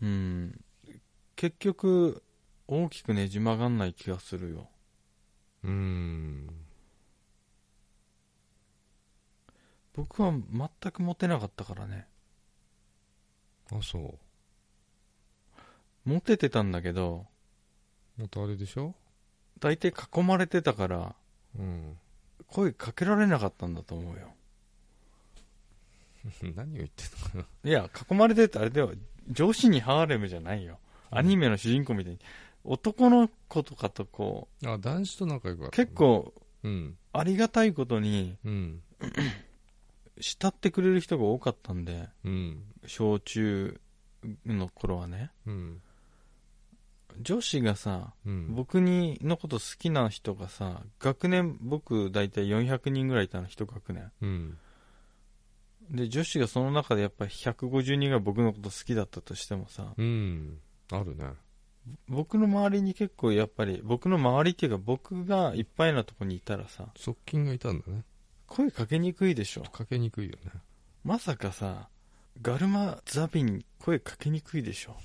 Speaker 1: うん結局大きくねじ曲がんない気がするよ
Speaker 2: うーん
Speaker 1: 僕は全くモテなかったからね
Speaker 2: あそう
Speaker 1: モテてたんだけど
Speaker 2: またあれでしょ
Speaker 1: 大体囲まれてたから
Speaker 2: うん
Speaker 1: 声かけられなかったんだと思うよ
Speaker 2: 何を言ってんの
Speaker 1: いや、囲まれてってあれだよ。上司にハーレムじゃないよ。
Speaker 2: うん
Speaker 1: アニメの主人公みたいに。男の子とかとこ
Speaker 2: あ男子と仲良くな
Speaker 1: う、
Speaker 2: ったの
Speaker 1: 結構
Speaker 2: うん
Speaker 1: ありがたいことに
Speaker 2: うん
Speaker 1: 慕ってくれる人が多かったんで、
Speaker 2: うん
Speaker 1: 小中の頃はね。
Speaker 2: うん
Speaker 1: 女子がさ、
Speaker 2: うん
Speaker 1: 僕にのこと好きな人がさ、学年、僕大体400人ぐらいいたの、一学年。
Speaker 2: うん
Speaker 1: で、女子がその中でやっぱ150人が僕のこと好きだったとしてもさ、
Speaker 2: うん。あるね。
Speaker 1: 僕の周りに結構やっぱり、僕の周りっていうか僕がいっぱいなとこにいたらさ、
Speaker 2: 側近がいたんだね。
Speaker 1: 声かけにくいでしょ。
Speaker 2: かけにくいよね。
Speaker 1: まさかさ、ガルマザビに声かけにくいでしょ。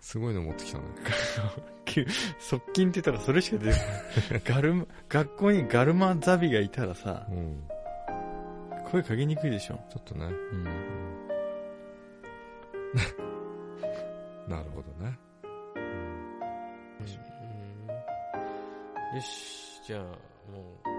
Speaker 2: すごいの持ってきたね。
Speaker 1: 側近って言ったらそれしか 出てこない。ガルマ、学校にガルマザビがいたらさ
Speaker 2: う、ん。
Speaker 1: 声かけにくいでしょ。
Speaker 2: ちょっとね。
Speaker 1: うん。
Speaker 2: なるほどね。
Speaker 3: よしじゃあもう